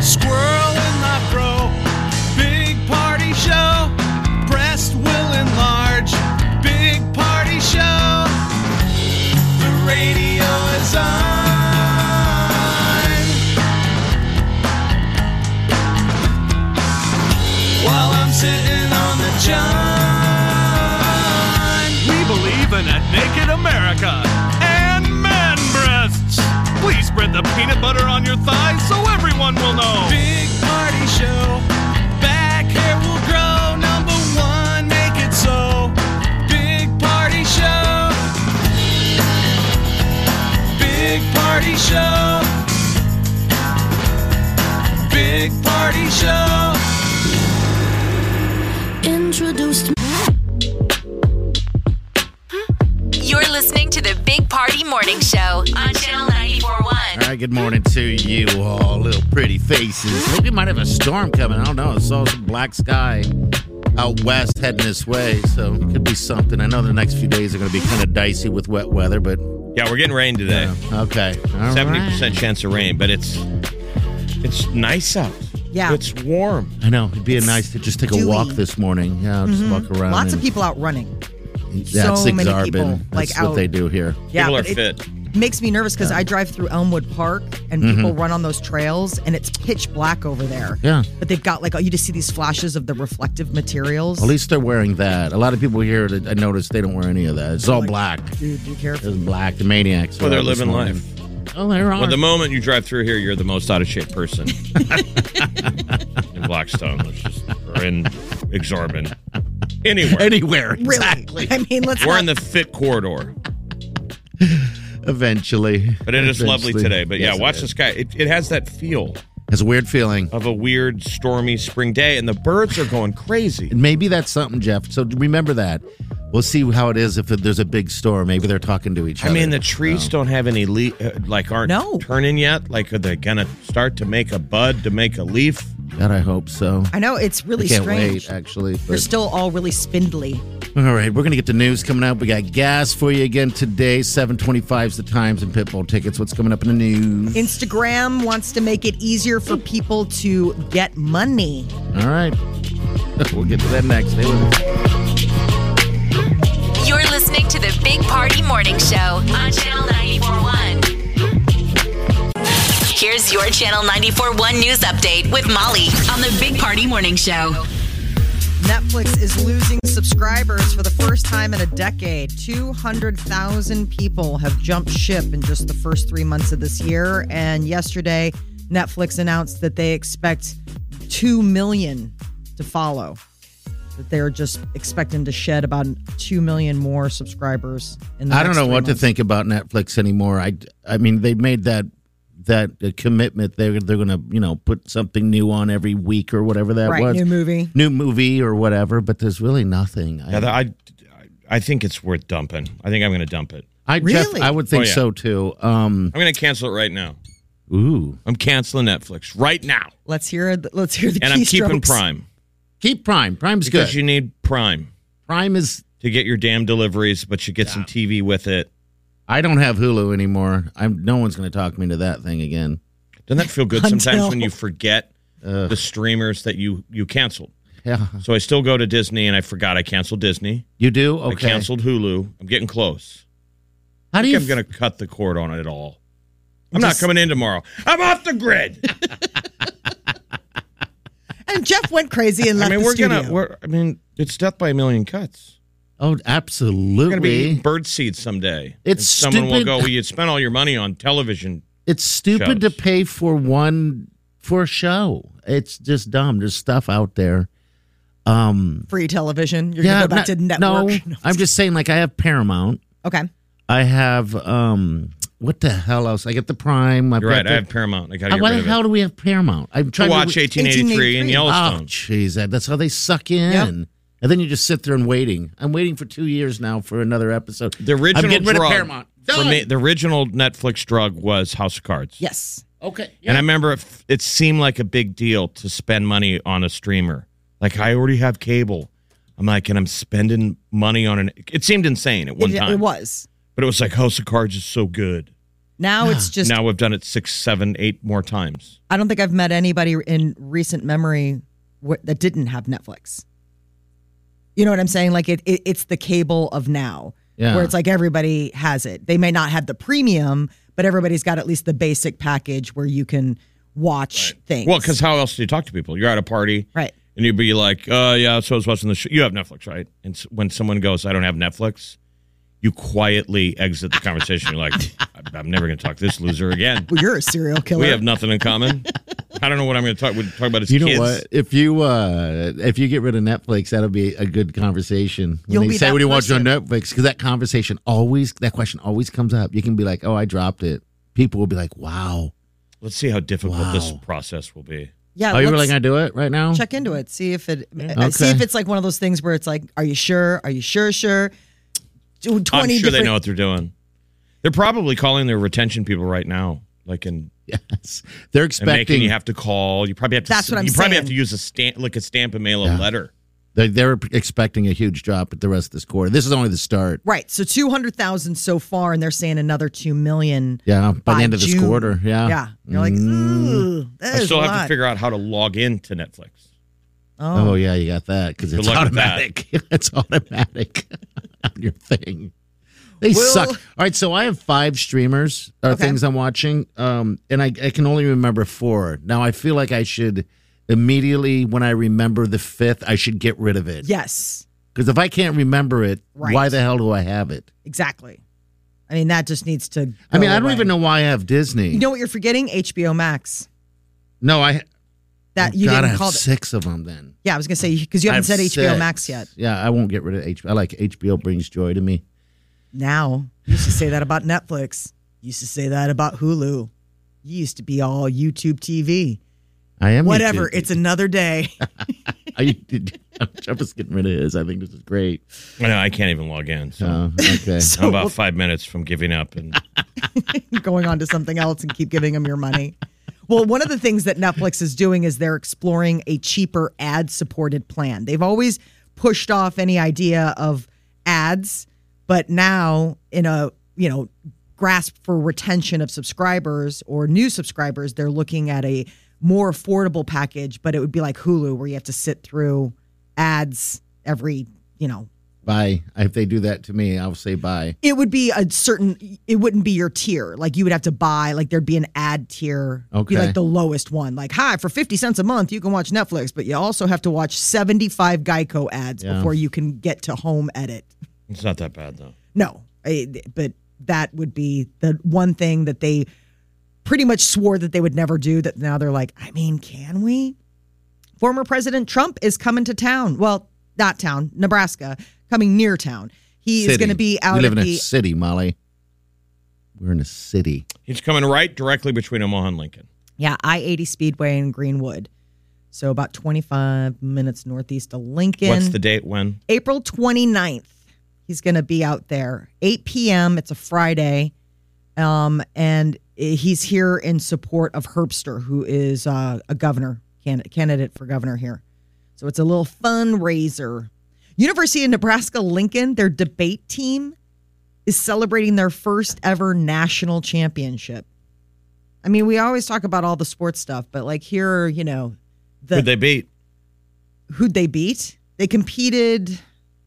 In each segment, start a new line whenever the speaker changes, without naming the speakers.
Squirrel in my bro, big party show. Breast will enlarge, big party show. The radio is on. While I'm sitting on the john.
We believe in a naked America and man breasts. Please spread the peanut butter on your thighs so everyone will know.
Big party show. Back hair will grow. Number one, make it so. Big party show. Big party show. Big party show.
Introduced
You're listening to the Big Party Morning Show on Channel 941.
All right, good morning to you all, little pretty faces. Hope you might have a storm coming. I don't know. I saw some black sky out west heading this way, so it could be something. I know the next few days are going to be kind of dicey with wet weather, but
Yeah, we're getting rain today.
okay. All
Seventy percent
right.
chance of rain, but it's it's nice out.
Yeah.
it's warm.
I know. It'd be nice to just take a
dewy.
walk this morning. Yeah, just walk around.
Mm-hmm. Lots of
and-
people out running.
Yeah, it's
so many
Zigzarbin.
people, like,
That's what
out.
they do here.
Yeah,
People are
but it
fit.
Makes me nervous because I drive through Elmwood Park and
Mm-hmm.
people run on those trails and it's pitch black over there.
Yeah.
But they've got like, oh, you just see these flashes of the reflective materials.
At least they're wearing that. A lot of people here, that I noticed, they don't wear any of that. It's all black.
Dude, be careful.
It's black. The maniacs.
Well,
were
they're
out this
living
morning.
life.
Oh, they're on.
Well, the moment you drive through here, you're the most out of shape person in Blackstone, which is or in Exorbitant. Anywhere,
Anywhere.
Really?
Exactly.
I mean, let's
we're
not-
in the fit corridor,
Eventually.
but it is lovely
Eventually.
today. But
Yes,
yeah,
it
watch
is.
the sky. It, it has that feel
It's a weird feeling.
of a weird stormy spring day, and the birds are going crazy.
Maybe that's something, Jeff. So remember that. We'll see how it is if there's a big storm. Maybe they're talking to each
I
other.
mean, the trees don't have any le- uh, like aren't
No.
turning yet. Like, are they gonna start to make a bud to make a leaf?
God, I hope so.
I know it's really
I can't
strange.
wait, actually.
They're
but-
still all really spindly.
all right, we're going to get the news coming up. We got gas for you again today. 725 is the times and Pitbull tickets. What's coming up in the news?
Instagram wants to make it easier for people to get money.
all right. we'll get to that next. Stay with us.
You're listening to the Big Party Morning Show on Channel 941. Here's your Channel 941 news update with Molly on the Big Party Morning Show.
Netflix is losing subscribers for the first time in a decade. 200,000 people have jumped ship in just the first three months of this year. And yesterday, Netflix announced that they expect 2 million to follow. That they're just expecting to shed about 2 million more subscribers. In the
I don't
next
know
three
what to
months.
think about Netflix anymore. I, I mean, they made that that uh, commitment. They're they're gonna you know put something new on every week or whatever that
Right,
was.
new movie.
new movie or whatever. But there's really nothing. I,
Yeah, that- I, I think it's worth dumping. I think I'm gonna dump it.
I Jeff,
Really?
I would think
Oh, yeah.
so too. Um,
I'm gonna cancel it right now.
ooh,
I'm canceling Netflix right now,
Let's hear. the- Let's hear the.
and I'm keeping
keystrokes.
Prime
keep Prime. Prime's
because
good.
you need Prime
Prime is.
to get your damn deliveries, but you get some TV with it.
I don't have Hulu anymore. I'm. No one's gonna talk me into that thing again.
Doesn't that feel good
Until-
sometimes when you forget the streamers that you you canceled?
Yeah,
So I still go to Disney, and I forgot I canceled Disney.
you do.
I
Okay.
canceled Hulu. I'm getting close.
How do
I
you?
think I'm
f-
going to cut the cord on it all. I'm not coming in tomorrow. I'm off the grid.
And Jeff went crazy and
I
left
mean,
the
we're
studio.
gonna. We're, I mean, it's death by a million cuts.
oh,
We're gonna be
absolutely.
eating bird seeds someday.
It's
And someone will
stupid.
go. Well, you spent all your money on television.
It's stupid
shows.
to pay for one for a show. It's just dumb. There's stuff out there. Um,
free television. You're
yeah,
gonna go back
I'm
to
not-
network.
No, I'm just saying. Like, I have Paramount.
okay.
I have um what the hell else? I get the Prime. I've
You're
got
right. I
the-
have Paramount. I gotta
Uh,
get
why
rid
the
of
hell
it.
do we have Paramount? I'm
To
trying
watch
to
1883 and
Oh,
Yellowstone.
jeez, that- that's how they suck in. And then you just sit there and waiting. I'm waiting for two years now for another episode.
the original
I'm getting
drug
rid of Paramount.
for
Done.
me, the original Netflix drug was House of Cards.
Yes.
okay.
And I remember it, f- it seemed like a big deal to spend money on a streamer. Like I already have cable. I'm like, and I'm spending money on an. It seemed insane at one
it,
time,
it was.
but it was like House of Cards is so good.
Now it's just
now we've done it six, seven, eight more times.
I don't think I've met anybody in recent memory wh- that didn't have Netflix. You know what I'm saying? Like it, it it's the cable of now,
Yeah.
where it's like everybody has it. They may not have the premium, but everybody's got at least the basic package where you can watch things.
Well, because how else do you talk to people? You're at a party,
right,
and you'd be like, "Uh, yeah, so I was watching the show. You have Netflix, right?" And s- when someone goes, "I don't have Netflix," you quietly exit the conversation. You're like, "I- "I'm never going to talk to this loser again."
well, you're a serial killer.
We have nothing in common. I don't know what I'm going to talk. We talk about his
You know
kids.
what? If you uh, if you get rid of Netflix, that'll be a good conversation. When
You'll
they
be
say
that
what do you watch on
person.
Netflix, because that conversation always that question always comes up. You can be like, oh, I dropped it. People will be like, wow.
Let's see how difficult
Wow.
this process will be.
yeah.
Are Oh, you really
let's
gonna do it right now?
check into it? See if it uh, see if
Okay.
it's like one of those things where it's like, are you sure? Are you sure? Sure. Do
I'm
20
sure they
different-
know what they're doing. They're probably calling their retention people right now, like in
Yes. They're
and making
expecting
you have to call. You probably have to.
That's what I'm
You probably have
saying.
to use a stamp, like a stamp and mail a
Yeah.
letter.
They're, they're expecting a huge drop at the rest of this quarter. This is only the start.
Right. So 200,000 so far, and they're saying another 2 million.
Yeah, Mm-hmm. by,
By
the end of this
June.
quarter. Yeah.
Yeah. You're like, ooh, that
I
is
still
a
have
lot.
to figure out how to log into Netflix.
oh.
Oh yeah, you got that because it's
luck with that.
automatic. it's automatic on your thing. They
Will-
suck. All right, so I have five streamers or
Okay.
things I'm watching, um, and I, I can only remember four. Now I feel like I should immediately when I remember the fifth, I should get rid of it.
Yes.
Because if I can't remember it,
Right.
why the hell do I have it?
Exactly. I mean, that just needs to.
I mean,
go
I don't
away.
even know why I have Disney.
You know what you're forgetting? HBO Max.
no, I
That you
God, I
didn't
have
call it.
six of them then.
Yeah, I was going to say, because you haven't
I
said
have
HBO
six.
Max yet.
Yeah, I won't get rid of HBO. I like HBO brings joy to me.
Now, you used to say that about Netflix. You used to say that about Hulu. You used to be all YouTube TV.
I am
Whatever.
YouTube.
It's another day.
I, did, Jeff is getting rid of his. I think this is great.
I know I can't even log in. So
Oh, okay.
I'm about five minutes from giving up, and
going on to something else and keep giving them your money. Well, one of the things that Netflix is doing is they're exploring a cheaper ad supported plan. They've always pushed off any idea of ads, but now in a, you know, grasp for retention of subscribers or new subscribers, they're looking at a more affordable package, but it would be like Hulu where you have to sit through ads every, you know,
bye. If they do that to me, I'll say bye.
it would be a certain it wouldn't be your tier like you would have to buy like there'd be an ad tier It'd be
Okay.
like the lowest one like hi for 50 cents a month you can watch netflix but you also have to watch 75 geico ads
Yeah.
before you can get to home edit
it's not that bad though.
no I, but that would be the one thing that they pretty much swore that they would never do that now they're like i mean can we former president trump is coming to town well not town nebraska coming near town he is
City.
going to be out
We live
at
in
the
a city, Molly. We're in a city.
He's coming right directly between Omaha and Lincoln.
Yeah, I 80 Speedway in Greenwood. So about 25 minutes northeast of Lincoln.
What's the date? When?
April 29th. He's going to be out there. 8 p.m. It's a Friday. Um, and he's here in support of Herbster, who is uh, a governor, can- candidate for governor here. So it's a little fundraiser. University of Nebraska Lincoln, their debate team is celebrating their first ever national championship. I mean, we always talk about all the sports stuff, but like here, you know, the
Who'd they beat?
who'd they beat? They competed.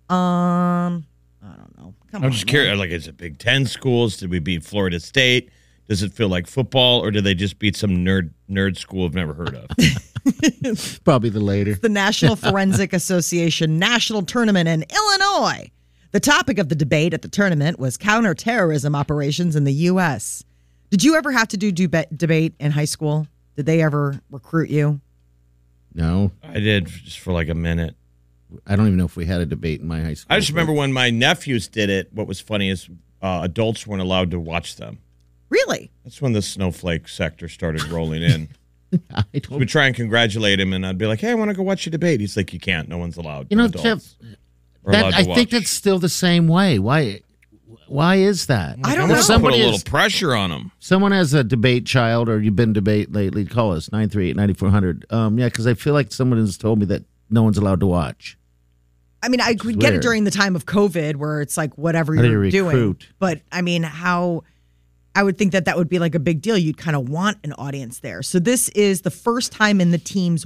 Um, I don't know. Come
I'm
on,
just
man.
curious. Like, is it Big Ten schools? Did we beat Florida State? Does it feel like football, or did they just beat some nerd nerd school I've never heard of?
Probably the later.
The National Forensic Association national tournament in Illinois. The topic of the debate at the tournament was counterterrorism operations in the U.S. Did you ever have to do deba- debate in high school? Did they ever recruit you?
No,
I did just for like a minute.
I don't even know if we had a debate in my high school.
I just remember when my nephews did it. What was funny is uh, adults weren't allowed to watch them.
Really?
That's when the snowflake sector started rolling in.
I
we would
don't.
try and congratulate him, and I'd be like, "Hey, I want to go watch you debate." He's like, "You can't. No one's allowed."
You know,
adults
Jeff,
are
That,
allowed to
I think
watch."
that's still the same way. Why? Why is that?
I don't
I'm gonna
know.
put a
Somebody
little
is-
pressure on him.
someone has a debate child or you've been debate lately, call us 938-9400. Um, yeah, because I feel like someone has told me that no one's allowed to watch.
I mean, I could get it
weird.
during the time of COVID where it's like whatever
How do
you're
you
doing.
recruit?
But I mean, how I would think that that would be like a big deal. You'd kind of want an audience there. So this is the first time in the team's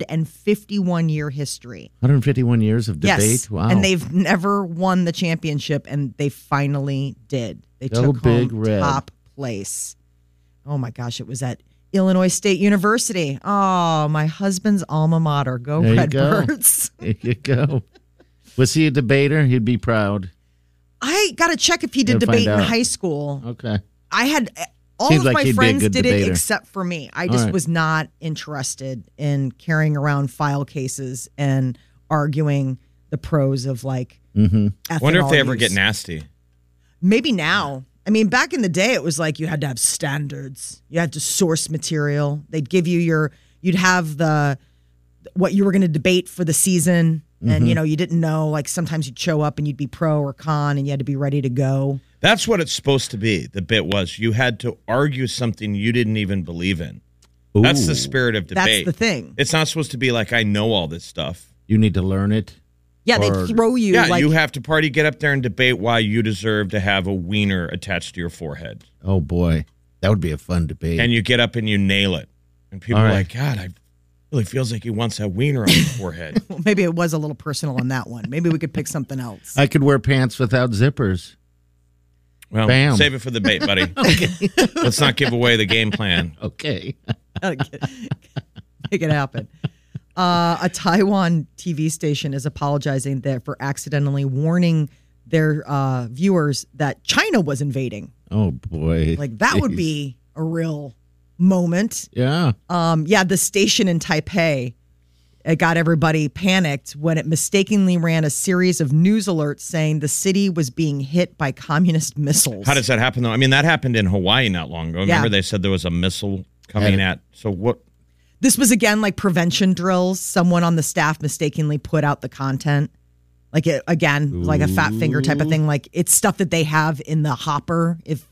151 year history.
151 years of debate.
Yes.
Wow.
And they've never won the championship, and they finally did. They
Go
took
Big
home
Red.
top place. Oh my gosh, it was at Illinois State University. Oh, my husband's alma mater. Go
There you go.
Redbirds.
There you go. Was he a debater? He'd be proud.
I got to check if he did
Gotta find
debate in
out.
high school.
Okay.
I had eh, all
Seems
of
like
my
he'd be a
friends
good
did it
debater.
except for me. I
All
just
right.
was not interested in carrying around file cases and arguing the pros of like.
Mm-hmm.
ethanol
Wonder if they ever get
use.
nasty.
Maybe now. I mean, back in the day, it was like you had to have standards. You had to source material. They'd give you your, you'd have the, what you were going to debate for the season. And,
Mm-hmm.
you know, you didn't know. Like sometimes you'd show up and you'd be pro or con and you had to be ready to go.
That's what it's supposed to be. The bit was you had to argue something you didn't even believe in. That's the spirit of
That's
debate.
the thing.
It's not supposed to be like I know all this stuff.
You need to learn it.
Yeah,
Or-
they'd throw you
yeah,
like,
you have to party, get up there and debate why you deserve to have a wiener attached to your forehead.
Oh boy, that would be a fun debate.
And you get up and you nail it. And people
All
are
right.
like, God, I really feels like he wants that wiener on his forehead.
well, maybe it was a little personal on that one. Maybe we could pick something else.
I could wear pants without zippers.
Well,
Bam.
save it for the bait, buddy. Let's not give away the game plan.
Okay.
make it happen. Uh, a Taiwan TV station is apologizing that for accidentally warning their uh, viewers that China was invading.
Oh boy.
Like that would
Jeez.
be a real moment.
Yeah.
Um, yeah, the station in Taipei. It got everybody panicked when it mistakenly ran a series of news alerts saying the city was being hit by communist missiles.
How does that happen though? I mean, that happened in Hawaii not long ago. Remember
Yeah.
they said there was a missile coming
Yeah.
at. So what?
This was again like prevention drills. Someone on the staff mistakenly put out the content. Like it, again, like a fat finger type of thing. Like it's stuff that they have in the hopper if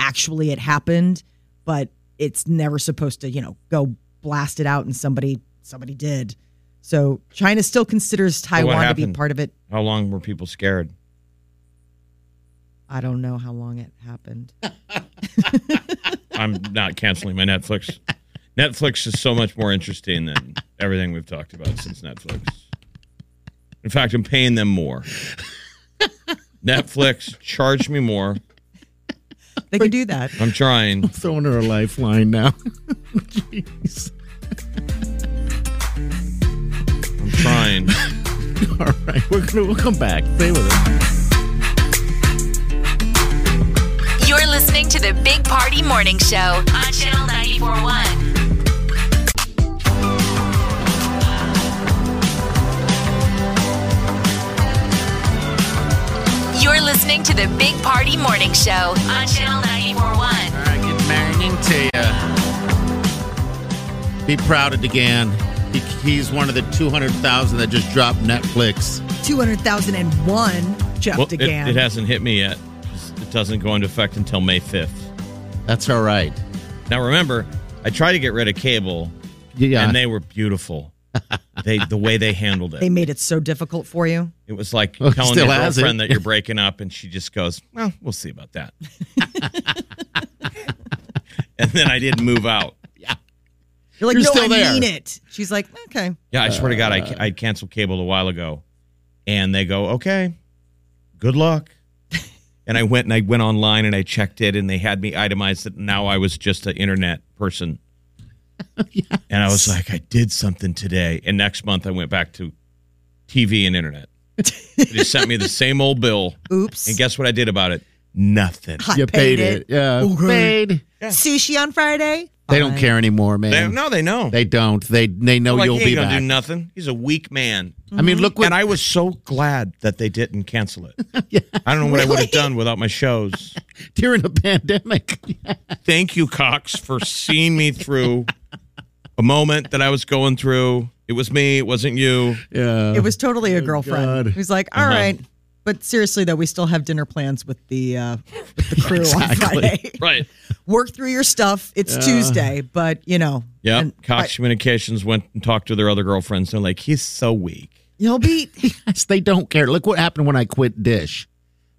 actually it happened, but it's never supposed to, you know, go blast it out and somebody somebody did. So China still considers Taiwan to be
happened?
part of it.
How long were people scared?
I don't know how long it happened.
I'm not canceling my Netflix. Netflix is so much more interesting than everything we've talked about since Netflix. In fact, I'm paying them more. Netflix, charge me more.
They can do that.
I'm trying.
Throwing her a lifeline now. Jeez.
I'm trying.
All right. We're gonna we'll come back. Stay with us.
You're listening to the Big Party Morning Show on Channel 941. You're listening to the Big Party Morning Show on Channel 941.
All right, good morning to you. Be proud of DeGan. He, he's one of the 200,000 that just dropped Netflix.
200,001 Jeff
Well, it,
DeGan.
it hasn't hit me yet. It doesn't go into effect until May 5th.
That's all right.
Now remember, I tried to get rid of cable,
Yeah.
and they were beautiful. they the way they handled
they
it.
made it so difficult for you.
It was like
Well,
telling your
still has it.
girlfriend that you're breaking up, and she just goes, "Well, we'll see about that." and then I didn't move out.
You're like,
You're
no,
still
I
there."
mean it. She's like, okay.
Yeah, I swear to God, I, ca-
Uh,
I canceled cable a while ago, and they go, "Okay, good luck." And I went and I went online and I checked it, and they had me itemized that now I was just an internet person. And I was like, I did something today, and next month I went back to TV and internet. they just sent me the same old bill,
Oops.
and guess what I did about it? Nothing.
Hot
you paid,
paid
it. Yeah.
Okay.
Paid.
Sushi on Friday?
They don't care anymore, man.
They, no, they know.
They don't. They they know
They're like,
you'll
he
be
ain't gonna
back.
do nothing. He's a weak man.
I mean, look what
and I was so glad that they didn't cancel it. I don't know what I would have done without my shows.
during the pandemic.
Thank you, Cox, for seeing me through a moment that I was going through. It was me. It wasn't you.
yeah.
It was totally a girlfriend
Oh, God. Uh-huh.
who's like, "All right, but seriously though, we still have dinner plans with the uh, with the crew on Friday.
Right.
Work through your stuff. It's Tuesday, but you know,
Yeah.
and-
Cox Communications went and talked to their other girlfriends. They're like, he's so weak.
He'll be
Yes, they don't care. Look what happened when I quit Dish.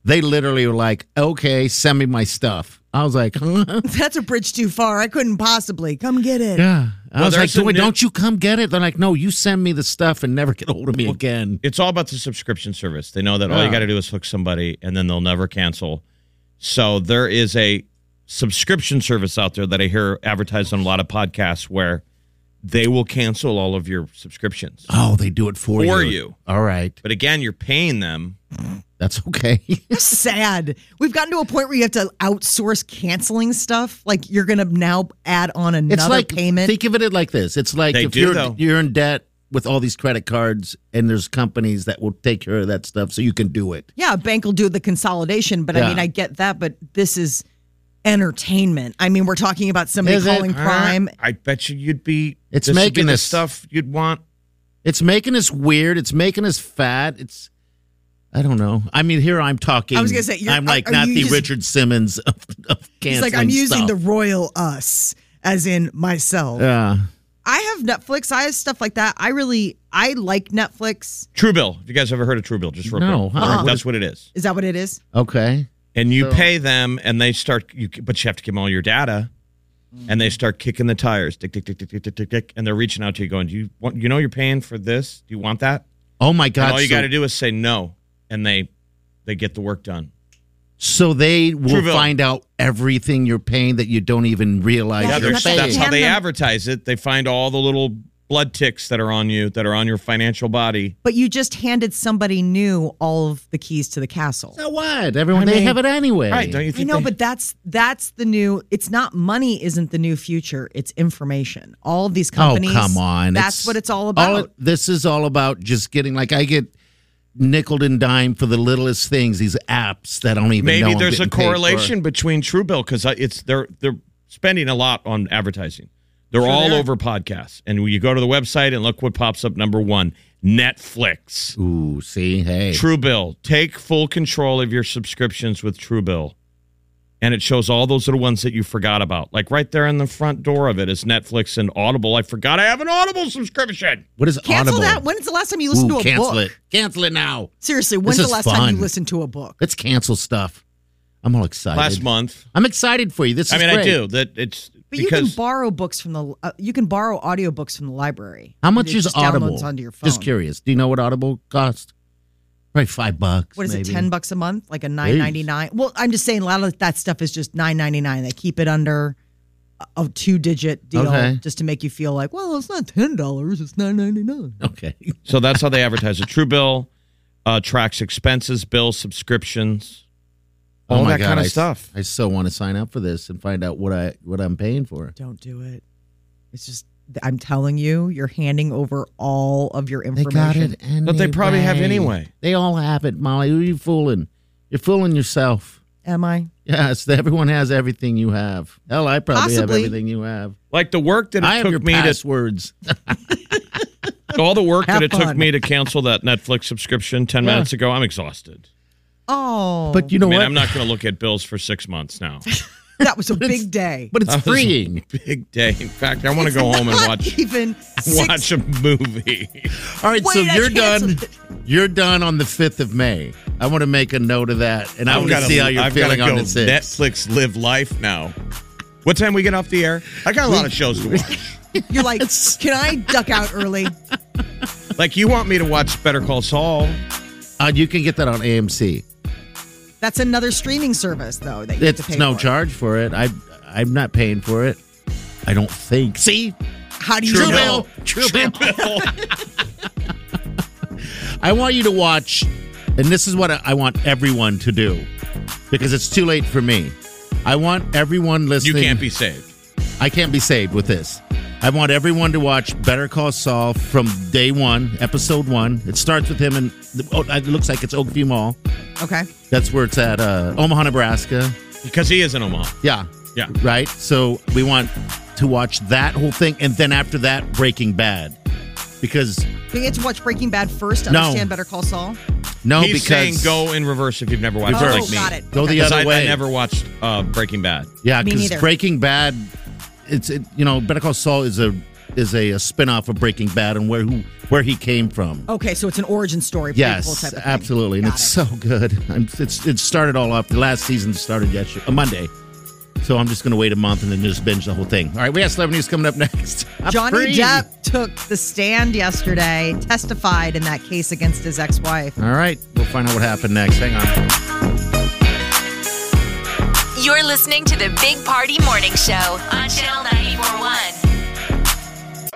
They literally were like, "Okay, send me my stuff." I was like, "Huh?"
that's a bridge too far. I couldn't possibly come get it.
Yeah. I
Well,
was like,
there's a
"Do it-
new-
"Don't you come get it?" They're like, "No, you send me the stuff and never get a hold of me again."
It's all about the subscription service. They know that all you
Yeah.
got to do is hook somebody and then they'll never cancel. So there is a subscription service out there that I hear advertised on a lot of podcasts where they will cancel all of your subscriptions.
Oh, they do it for,
For
you.
you.
All right,
But again, you're paying them.
that's okay.
Sad. We've gotten to a point where you have to outsource canceling stuff. Like you're gonna now add on another
it's like
payment.
Think of it like this: It's like
They
if
do,
you're
though.
you're in debt with all these credit cards, and there's companies that will take care of that stuff, so you can do it.
yeah, a bank will do the consolidation, but I
Yeah.
mean, I get that, but this is entertainment. I mean, we're talking about somebody
Is it?
calling Prime.
I bet you you'd be.
It's
this would be
making
the
us-
stuff you'd want.
It's making us weird. It's making us fat. It's I don't know. I mean, here I'm talking.
I was gonna say, you're-
I'm like
are- are
not
you
the
just-
Richard Simmons of, of canceling
He's like, I'm using
stuff.
the royal us as in myself.
Yeah.
I have Netflix. I have stuff like that. I really, I like Netflix.
Truebill. Have you guys ever heard of Truebill? Just real
No, Uh-uh.
quick.
huh?
That's what it is.
Is that what it is?
Okay.
And you
So-
pay them, and they start. You but you have to give them all your data, and
Mm-hmm.
they start kicking the tires. Tick tick tick tick tick tick tick. tick and they're reaching out to you, going, "Do you want? You know, you're paying for this. Do you want that?"
Oh my
And
God.
all you
so,
got to do is say no, and they they get the work done.
so they will
Truebill.
find out everything you're paying that you don't even realize
Yeah,
Yeah,
you
you're
there's-
have to
paying.
that's how
hand
they
them-
advertise it. They find all the little blood ticks that are on you, that are on your financial body.
But you just handed somebody new all of the keys to the castle.
so what? Everyone, they have it anyway.
Right? Don't you
I
think?
know,
they-
but that's that's the new. It's not money isn't the new future. It's information. All of these
Oh
companies.
come on!
That's what it's all about.
it- this is all about just getting like I get nickled and dime for the littlest things. These apps that don't even know
Maybe
I'm
there's a
getting paid for.
correlation between Truebill because it's they're they're spending a lot on advertising. They're all over podcasts, and you go to the website and look what pops up. Number one, Netflix,
Ooh, see, hey,
Truebill. Take full control of your subscriptions with Truebill, and it shows all those little ones that you forgot about. Like right there in the front door of it is Netflix and Audible. I forgot I have an Audible subscription.
what is
Cancel
Audible?
that. When's the last time you listened
Ooh,
to a
cancel
book?
it. Cancel it now.
Seriously, when's
This
the
is
last time you
fun.
listened to a book?
Let's cancel stuff. I'm all excited.
Last month,
I'm excited for you. This is
I mean, I
great.
do that. It's
But you
because
can borrow books from the uh, you can borrow audiobooks from the library.
How much
It
is
just
Audible?
Downloads onto your phone.
Just curious. Do you know what Audible cost? Probably five bucks.
What is
maybe.
it? Ten bucks a month, like a nine ninety nine. Well, I'm just saying a lot of that stuff is just nine ninety nine. They keep it under a- a two digit deal
Okay.
just to make you feel like, well, it's not ten dollars, it's nine ninety nine.
Okay.
So that's how they advertise it. Truebill uh, tracks expenses, bills, subscriptions, all
oh my
that
God,
kind of
I s-
stuff.
I so want to sign up for this and find out what I what I'm paying for.
Don't do it. It's just I'm telling you, you're handing over all of your
They
information.
got it. Anyway.
But they probably have anyway.
They all have it, Molly. Who are you fooling? You're fooling yourself.
Am I?
Yes, everyone has everything you have. Hell, I probably have
Possibly.
everything you have.
Like the work that it
I have your
took me Oh,
passwords.
to all the work
Have
that it took
fun.
me to cancel that Netflix subscription ten
Yeah.
minutes ago. I'm exhausted.
Oh,
But you know
I mean,
what?
I'm not going to look at bills for six months now.
that was a big day.
but it's freeing.
Big day. In fact, I want to go home and
Not
watch
even six
watch a movie.
All right, so
Wait, I
you're done.
canceled
You're done on the fifth of May. I want to make a note of that, and I want to
gotta-
see how you're
I've gotta
feeling on
go
the sixth.
Netflix live life now. What time we get off the air? I got a lot of shows to watch.
You're like, can I duck out early?
like you want me to watch Better Call Saul?
Uh, you can get that on AMC.
That's another streaming service, though. That you have to
It's
pay
no
for.
charge for it. I I'm not paying for it. I don't think. See,
How do you
True
know?
bill. True bill. I want you to watch, and this is what I I want everyone to do because it's too late for me. I want everyone
You
listening.
can't be saved.
I can't be saved with this. I want everyone to watch Better Call Saul from day one, episode one. It starts with him, and oh, it looks like it's Oakview Mall.
Okay.
That's where it's at, uh, Omaha, Nebraska.
Because he is in Omaha.
Yeah.
Yeah.
Right? So we want to watch that whole thing. And then after that, Breaking Bad. Because,
We get to watch Breaking Bad first to
No.
understand Better Call Saul.
no,
He's
Oh, because.
saying go in reverse if you've never watched
Oh,
it like me.
got it.
Go the
'Cause
other
I,
way.
I never watched uh, Breaking Bad.
Yeah,
Me
because
neither.
Breaking Bad, it's it, you know Better Call Saul is a is a, a spin off of Breaking Bad and where who where he came from.
Okay, so it's an origin story. prequel
yes,
type Oh, of thing.
absolutely, and
Got
it's
it.
so good. I'm, it's it started all off. The last season started yesterday, uh, Monday. So I'm just going to wait a month and then just binge the whole thing. All right, we have celebrity news coming up next. I'm
Johnny
free.
Depp took the stand yesterday, testified in that case against his ex-wife.
All right, we'll find out what happened next. Hang on.
You're listening to the Big Party Morning Show on Channel 941.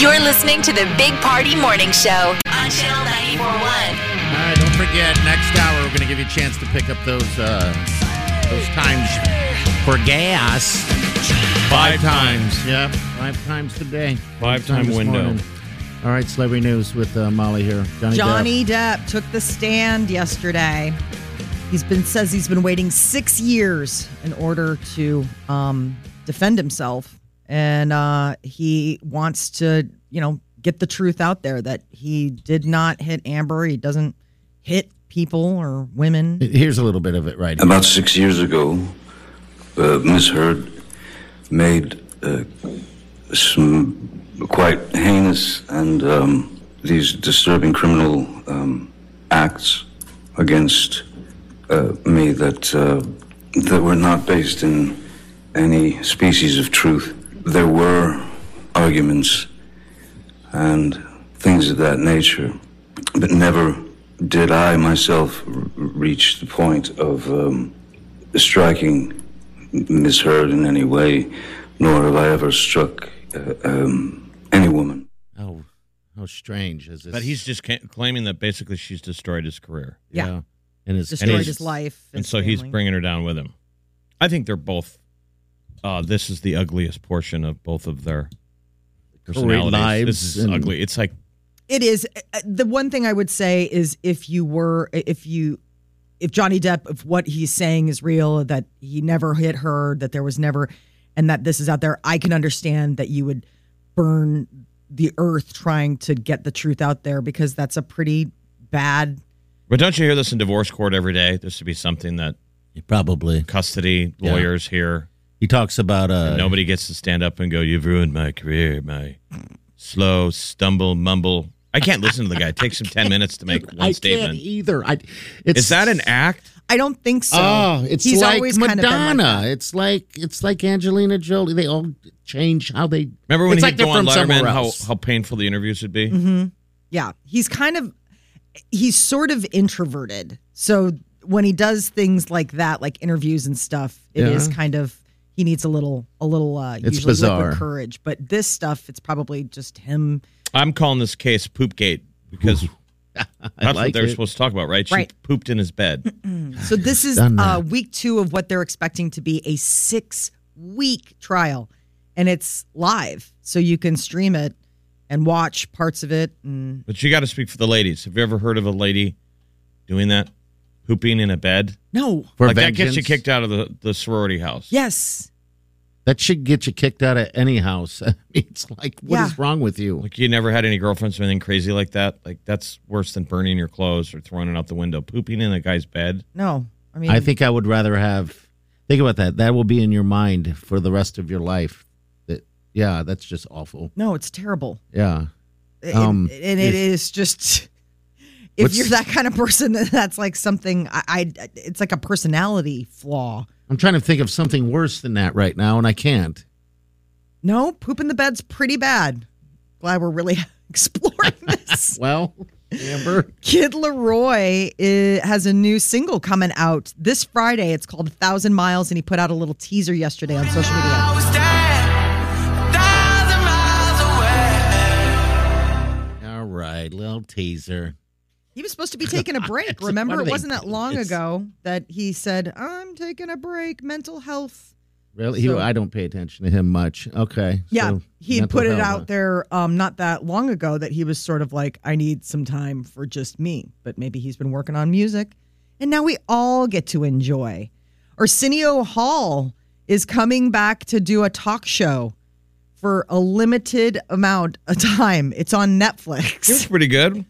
You're listening to the Big Party Morning Show on Channel 941.
All right, don't forget, next hour we're going to give you a chance to pick up those uh, those times for gas. Five times. Yeah, five times today.
Five time
this
window.
morning. All right, celebrity news with uh, Molly here. Johnny. Depp.
Johnny Depp took the stand yesterday. He's been says he's been waiting six years in order to um, defend himself, and uh, he wants to, you know, get the truth out there that he did not hit Amber. He doesn't hit people or women.
Here's a little bit of it right here.
About six years ago, uh, Miss Heard made uh, some quite heinous and um, these disturbing criminal um, acts against uh, me that uh, that were not based in any species of truth. There were arguments and things of that nature, but never did I myself r- reach the point of um, striking Miss Heard in any way, nor have I ever struck uh, um, any woman.
Oh, how strange is this?
But he's just ca- claiming that basically she's destroyed his career.
Yeah.
And his
destroyed
he's-
his life,
and so he's
family.
bringing her down with him. I think they're both. Uh, this is the ugliest portion of both of their personalities.
lives
this is
and-
ugly. It's like
It is uh, the one thing I would say is if you were if you if Johnny Depp if what he's saying is real that he never hit her that there was never and that this is out there I can understand that you would burn the earth trying to get the truth out there because that's a pretty bad
But don't you hear this in divorce court every day? This would be something that
probably.
custody
Yeah.
lawyers hear.
He talks about uh,
Nobody gets to stand up and go, "You've ruined my career." My slow stumble mumble. I can't listen to the guy. It takes him ten minutes to make one
I can't e-
statement.
either. I. It's,
Is that an act?
I don't think so.
oh, it's
he's
like
always
Madonna.
Kind of been like,
it's like it's like Angelina Jolie. They all change how they.
Remember when
it's
he'd
like
go
they're
on
from
Letterman?
somewhere
How,
else.
how painful the interviews would be.
Mm-hmm.
yeah, he's kind of he's sort of introverted. So when he does things like that, like interviews and stuff, it is
Yeah.
kind of he needs a little a little uh
It's
usually
bizarre.
liquid courage. But this stuff, it's probably just him.
I'm calling this case Poopgate because that's
like
what they're
it.
supposed to talk about, right? She
Right.
pooped in his bed.
So this is
Done
uh
that.
week two of what they're expecting to be a six week trial. And it's live. So you can stream it and watch parts of it and
But you got to speak for the ladies. Have you ever heard of a lady doing that? Pooping in a bed?
no.
For
like that gets you
vengeance.
kicked out of the, the sorority house.
Yes.
That should get you kicked out of any house. I mean, it's like, what is
Yeah.
wrong with you?
Like you never had any girlfriends or anything crazy like that. Like that's worse than burning your clothes or throwing it out the window. Pooping in a guy's bed.
No. I mean
I think I would rather have. Think about that. That will be in your mind for the rest of your life. That yeah, that's just awful.
no, it's terrible.
Yeah,
It-
Um,
and it
if-
is just if
What's-
you're that kind of person that's like something I, I it's like a personality flaw
I'm trying to think of something worse than that right now, and I can't.
no poop in the bed's pretty bad glad we're really exploring this
Well, Amber,
kid leroy i has a new single coming out this friday it's called a thousand miles and he put out a little teaser yesterday on social media
all right, little teaser.
he was supposed to be taking a break
What
remember
are
it
they
wasn't that
doing?
long
It's-
ago that he said i'm taking a break mental health
Really? He-
So-
I don't pay attention to him much. Okay.
Yeah,
so
he had
mental
put it
health,
out
huh?
there um, not that long ago that he was sort of like, I need some time for just me. But maybe he's been working on music. And now we all get to enjoy. Arsenio Hall is coming back to do a talk show for a limited amount of time. It's on
He was
Netflix.
pretty good.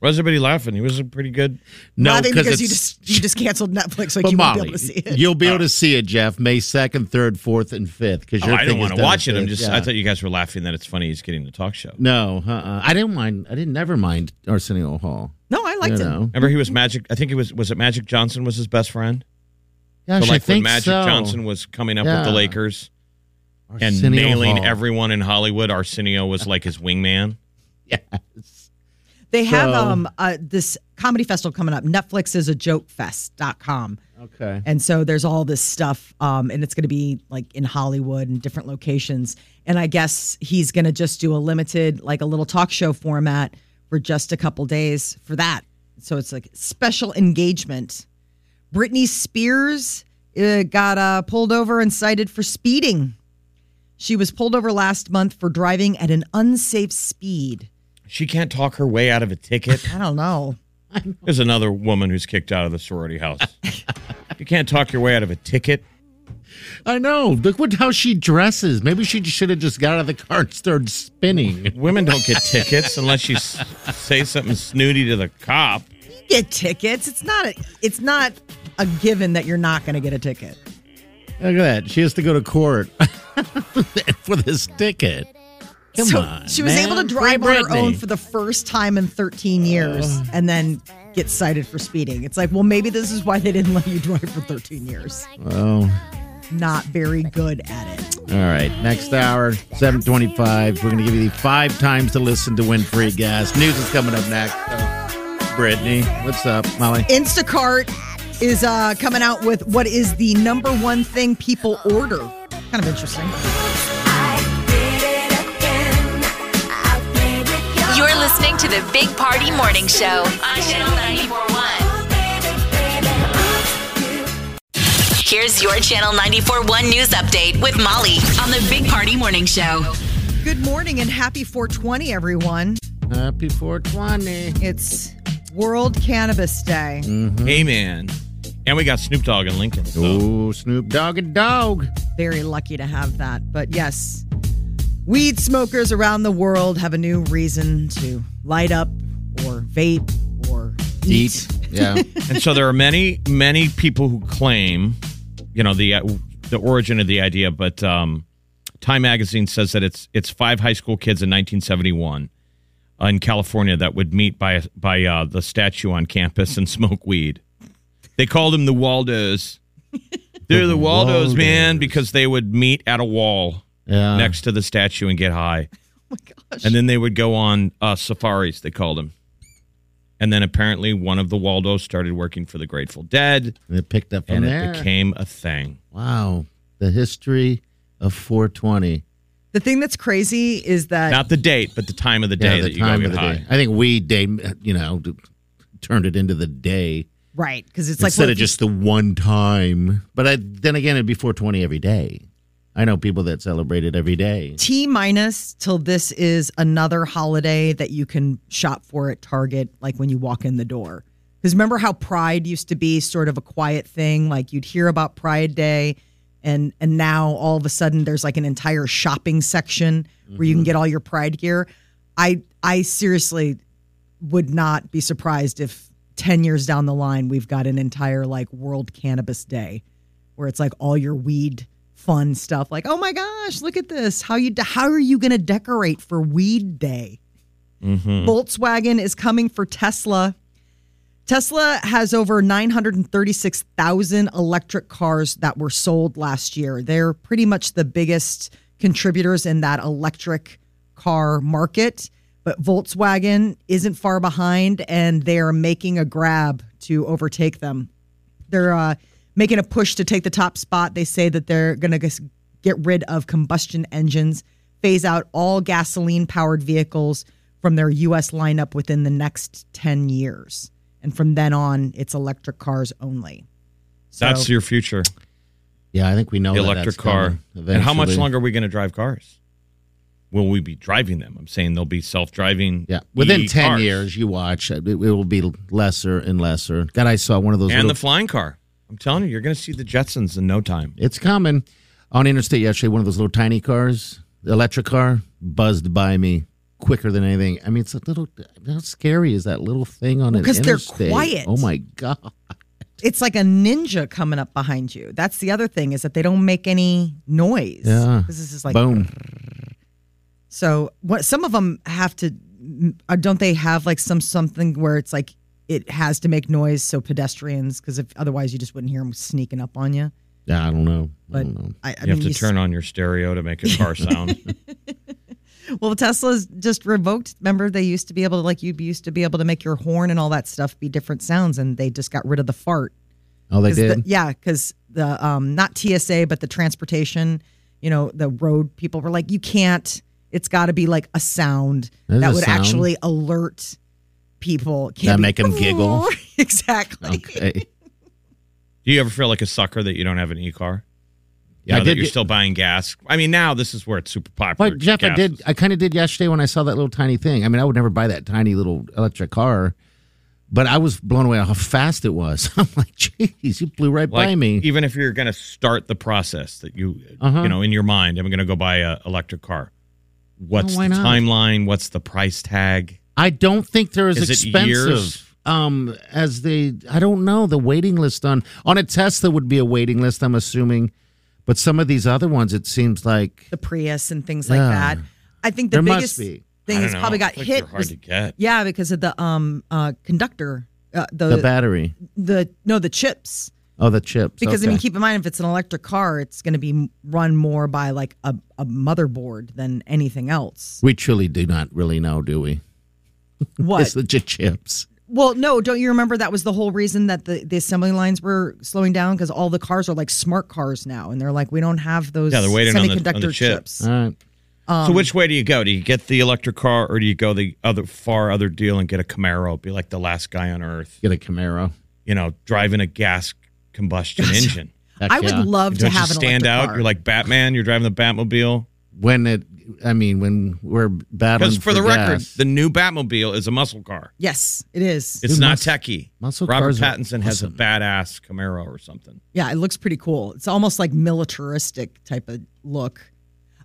Why is everybody laughing? He was a pretty good.
No,
Laughing because you
it's-
just you just canceled Netflix, like
But
you
Molly,
won't be able to see it. Oh.
you'll be able to see it, Jeff, May second, third, fourth, and fifth. Because
Oh, I didn't want to watch it. I'm just. I thought you guys were laughing that it's funny he's getting the talk show.
no, uh-uh. I didn't mind. I didn't never mind Arsenio Hall.
no, I liked
you
it.
know,
Remember, he was Magic. I think it was was it Magic Johnson was his best friend.
gosh, I
so like when
think
Magic
so.
Johnson was coming up with the
Yeah.
Lakers and
Arsenio
nailing
Hall.
everyone in Hollywood, Arsenio was like his wingman.
Yes.
They have
So-
um uh, this comedy festival coming up. Netflix is a jokefest.com.
Okay.
And so there's all this stuff, um, and it's going to be like in Hollywood and different locations. And I guess he's going to just do a limited, like a little talk show format for just a couple days for that. So it's like special engagement. Britney Spears uh, got uh, pulled over and cited for speeding. She was pulled over last month for driving at an unsafe speed.
She can't talk her way out of a ticket.
I don't know.
There's another woman who's kicked out of the sorority house. you can't talk your way out of a ticket.
I know. Look what how she dresses. Maybe she should have just got out of the car and started spinning.
Women don't get tickets unless you s- say something snooty to the cop.
You get tickets. It's not a, it's not a given that you're not going to get a ticket.
Look at that. She has to go to court for this ticket. Come
so
on.
she was
man.
able to drive
Free
on her own
Britney.
for the first time in 13 years and then get cited for speeding. It's like, well, maybe this is why they didn't let you drive for 13 years.
Oh.
Not very good at it.
All right, next hour, 725. We're going to give you the five times to listen to win free gas. News is coming up next. So, Brittany, what's up, Molly?
Instacart is uh, coming out with what is the number one thing people order. Kind of interesting.
You're listening to the Big Party Morning Show on Channel 941. Here's your Channel 941 news update with Molly on the Big Party Morning Show.
Good morning and happy 420, everyone.
Happy 420.
It's World Cannabis Day.
Hey, man. And we got Snoop Dogg and Lincoln. so-
Ooh, Snoop Dogg and Dog.
very lucky to have that. But yes, weed smokers around the world have a new reason to light up or vape or eat. Oh
Yeah.
And so there are many, many people who claim, you know, the uh, the origin of the idea. But um, Time Magazine says that it's it's five high school kids in 1971 uh, in California that would meet by by uh, the statue on campus and smoke weed. They called them the Waldos. They're the Waldos, man, because they would meet at a wall
yeah.
next to the statue and get high.
Oh my gosh.
And then they would go on uh, safaris, they called them. And then apparently one of the Waldos started working for the Grateful Dead,
They picked up from
and
there.
it became a thing.
wow. The history of 420.
the thing that's crazy is that
Not the date, but the time of the day
yeah,
that
the
you go
time
get
of the
high.
day. I think we, day, you know, d- turned it into the day.
right because it's
instead
like
of just the one time. But I, then again, it'd be 420 every day. I know people that celebrate it every day.
T minus till this is another holiday that you can shop for at Target, like when you walk in the door. Because remember how Pride used to be sort of a quiet thing, like you'd hear about Pride Day, and and now all of a sudden there's like an entire shopping section where you can get all your Pride gear. I I seriously would not be surprised if ten years down the line we've got an entire like World Cannabis Day where it's like all your weed fun stuff like oh my gosh look at this how you how are you going to decorate for weed day
Mm-hmm. Hmm.
volkswagen is coming for tesla tesla has over 936000 electric cars that were sold last year they're pretty much the biggest contributors in that electric car market but volkswagen isn't far behind and they're making a grab to overtake them they're uh, making a push to take the top spot. They say that they're going to get rid of combustion engines, phase out all gasoline powered vehicles from their U.S. lineup within the next 10 years. And from then on, it's electric cars only. So
That's your future.
Yeah, I think we know
the
that that's
electric
coming
car. And how much
eventually.
longer are we going to drive cars? Will we be driving them? I'm saying they'll be self-driving.
Yeah, within
EV
ten
cars.
years, you watch it, it will be lesser and lesser. God, I saw one of those.
and
little-
the flying car. I'm telling you, you're going to see the Jetsons in no time.
it's coming on interstate yesterday. One of those little tiny cars, the electric car, buzzed by me quicker than anything. I mean, it's a little. How scary is that little thing on an
'cause they're
interstate?
quiet.
Oh my god!
It's like a ninja coming up behind you. That's the other thing is that they don't make any noise.
Yeah.
'Cause This is like
Boom.
So what? Some of them have to. uh, Don't they have like some something where it's like it has to make noise so pedestrians because if otherwise you just wouldn't hear them sneaking up on you.
Yeah, I don't know. I
But
don't know.
I, I
you
mean,
have to
s-
turn on your stereo to make a car sound.
Well, Tesla's just revoked. Remember, they used to be able to like you used to be able to make your horn and all that stuff be different sounds, and they just got rid of the fart.
Oh, they
'Cause the-
did.
yeah, because the um not TSA but the transportation, you know, the road people were like, you can't. It's got to be like a sound
There's
that
a
would
sound.
actually alert people. Can't
That
be-
make 'em giggle?
exactly.
okay.
Do you ever feel like a sucker that you don't have an e-car?
Yeah, I
Now that
did
you're
get-
still buying gas. I mean, now this is where it's super popular.
But Jeff, I did.
gases.
I kind of did yesterday when I saw that little tiny thing. I mean, I would never buy that tiny little electric car, but I was blown away how fast it was. I'm like, jeez, you blew right
Like,
by me.
even if you're going to start the process that you,
Uh-huh.
you know, in your mind, I'm going to go buy a electric car. What's
Oh, why
the
not?
timeline? What's the price tag?
I don't think they're as
Is it years?
expensive um, as they. I don't know the waiting list on on a Tesla would be a waiting list. I'm assuming, but some of these other ones, it seems like
the Prius and things like
Yeah.
that. I think the
There must
biggest
be.
I
thing
don't
is
know. I
probably got
think
hit.
They're hard
was-
to get.
yeah, because of the um uh conductor, uh, the
the
the,
battery.
no the chips.
Oh, the chips.
Because I mean,
Okay.
keep in mind if it's an electric car, it's going to be m- run more by like a, a motherboard than anything else.
we truly do not really know, do we? It's
What?
the ch- chips.
well, no, don't you remember that was the whole reason that the, the assembly lines were slowing down because all the cars are like smart cars now, and they're like we don't have those
Yeah, they're waiting on the- on
semiconductor
the chip.
chips.
All right.
um,
so which way do you go? Do you get the electric car or do you go the other far other deal and get a Camaro? Be like the last guy on earth,
Get a Camaro.
you know, driving a gas combustion engine.
Heck
I would
yeah.
love to
Don't you
have an
stand
electric
out?
car.
You're like Batman. You're driving the Batmobile.
when it i mean when we're battling
Because for the record,
gas.
the new Batmobile is a muscle car.
yes, it is.
It's
Dude,
not
mus-
techie.
muscle
Robert
cars are
Pattinson has a
awesome.
badass Camaro or something.
Yeah, it looks pretty cool. It's almost like militaristic type of look.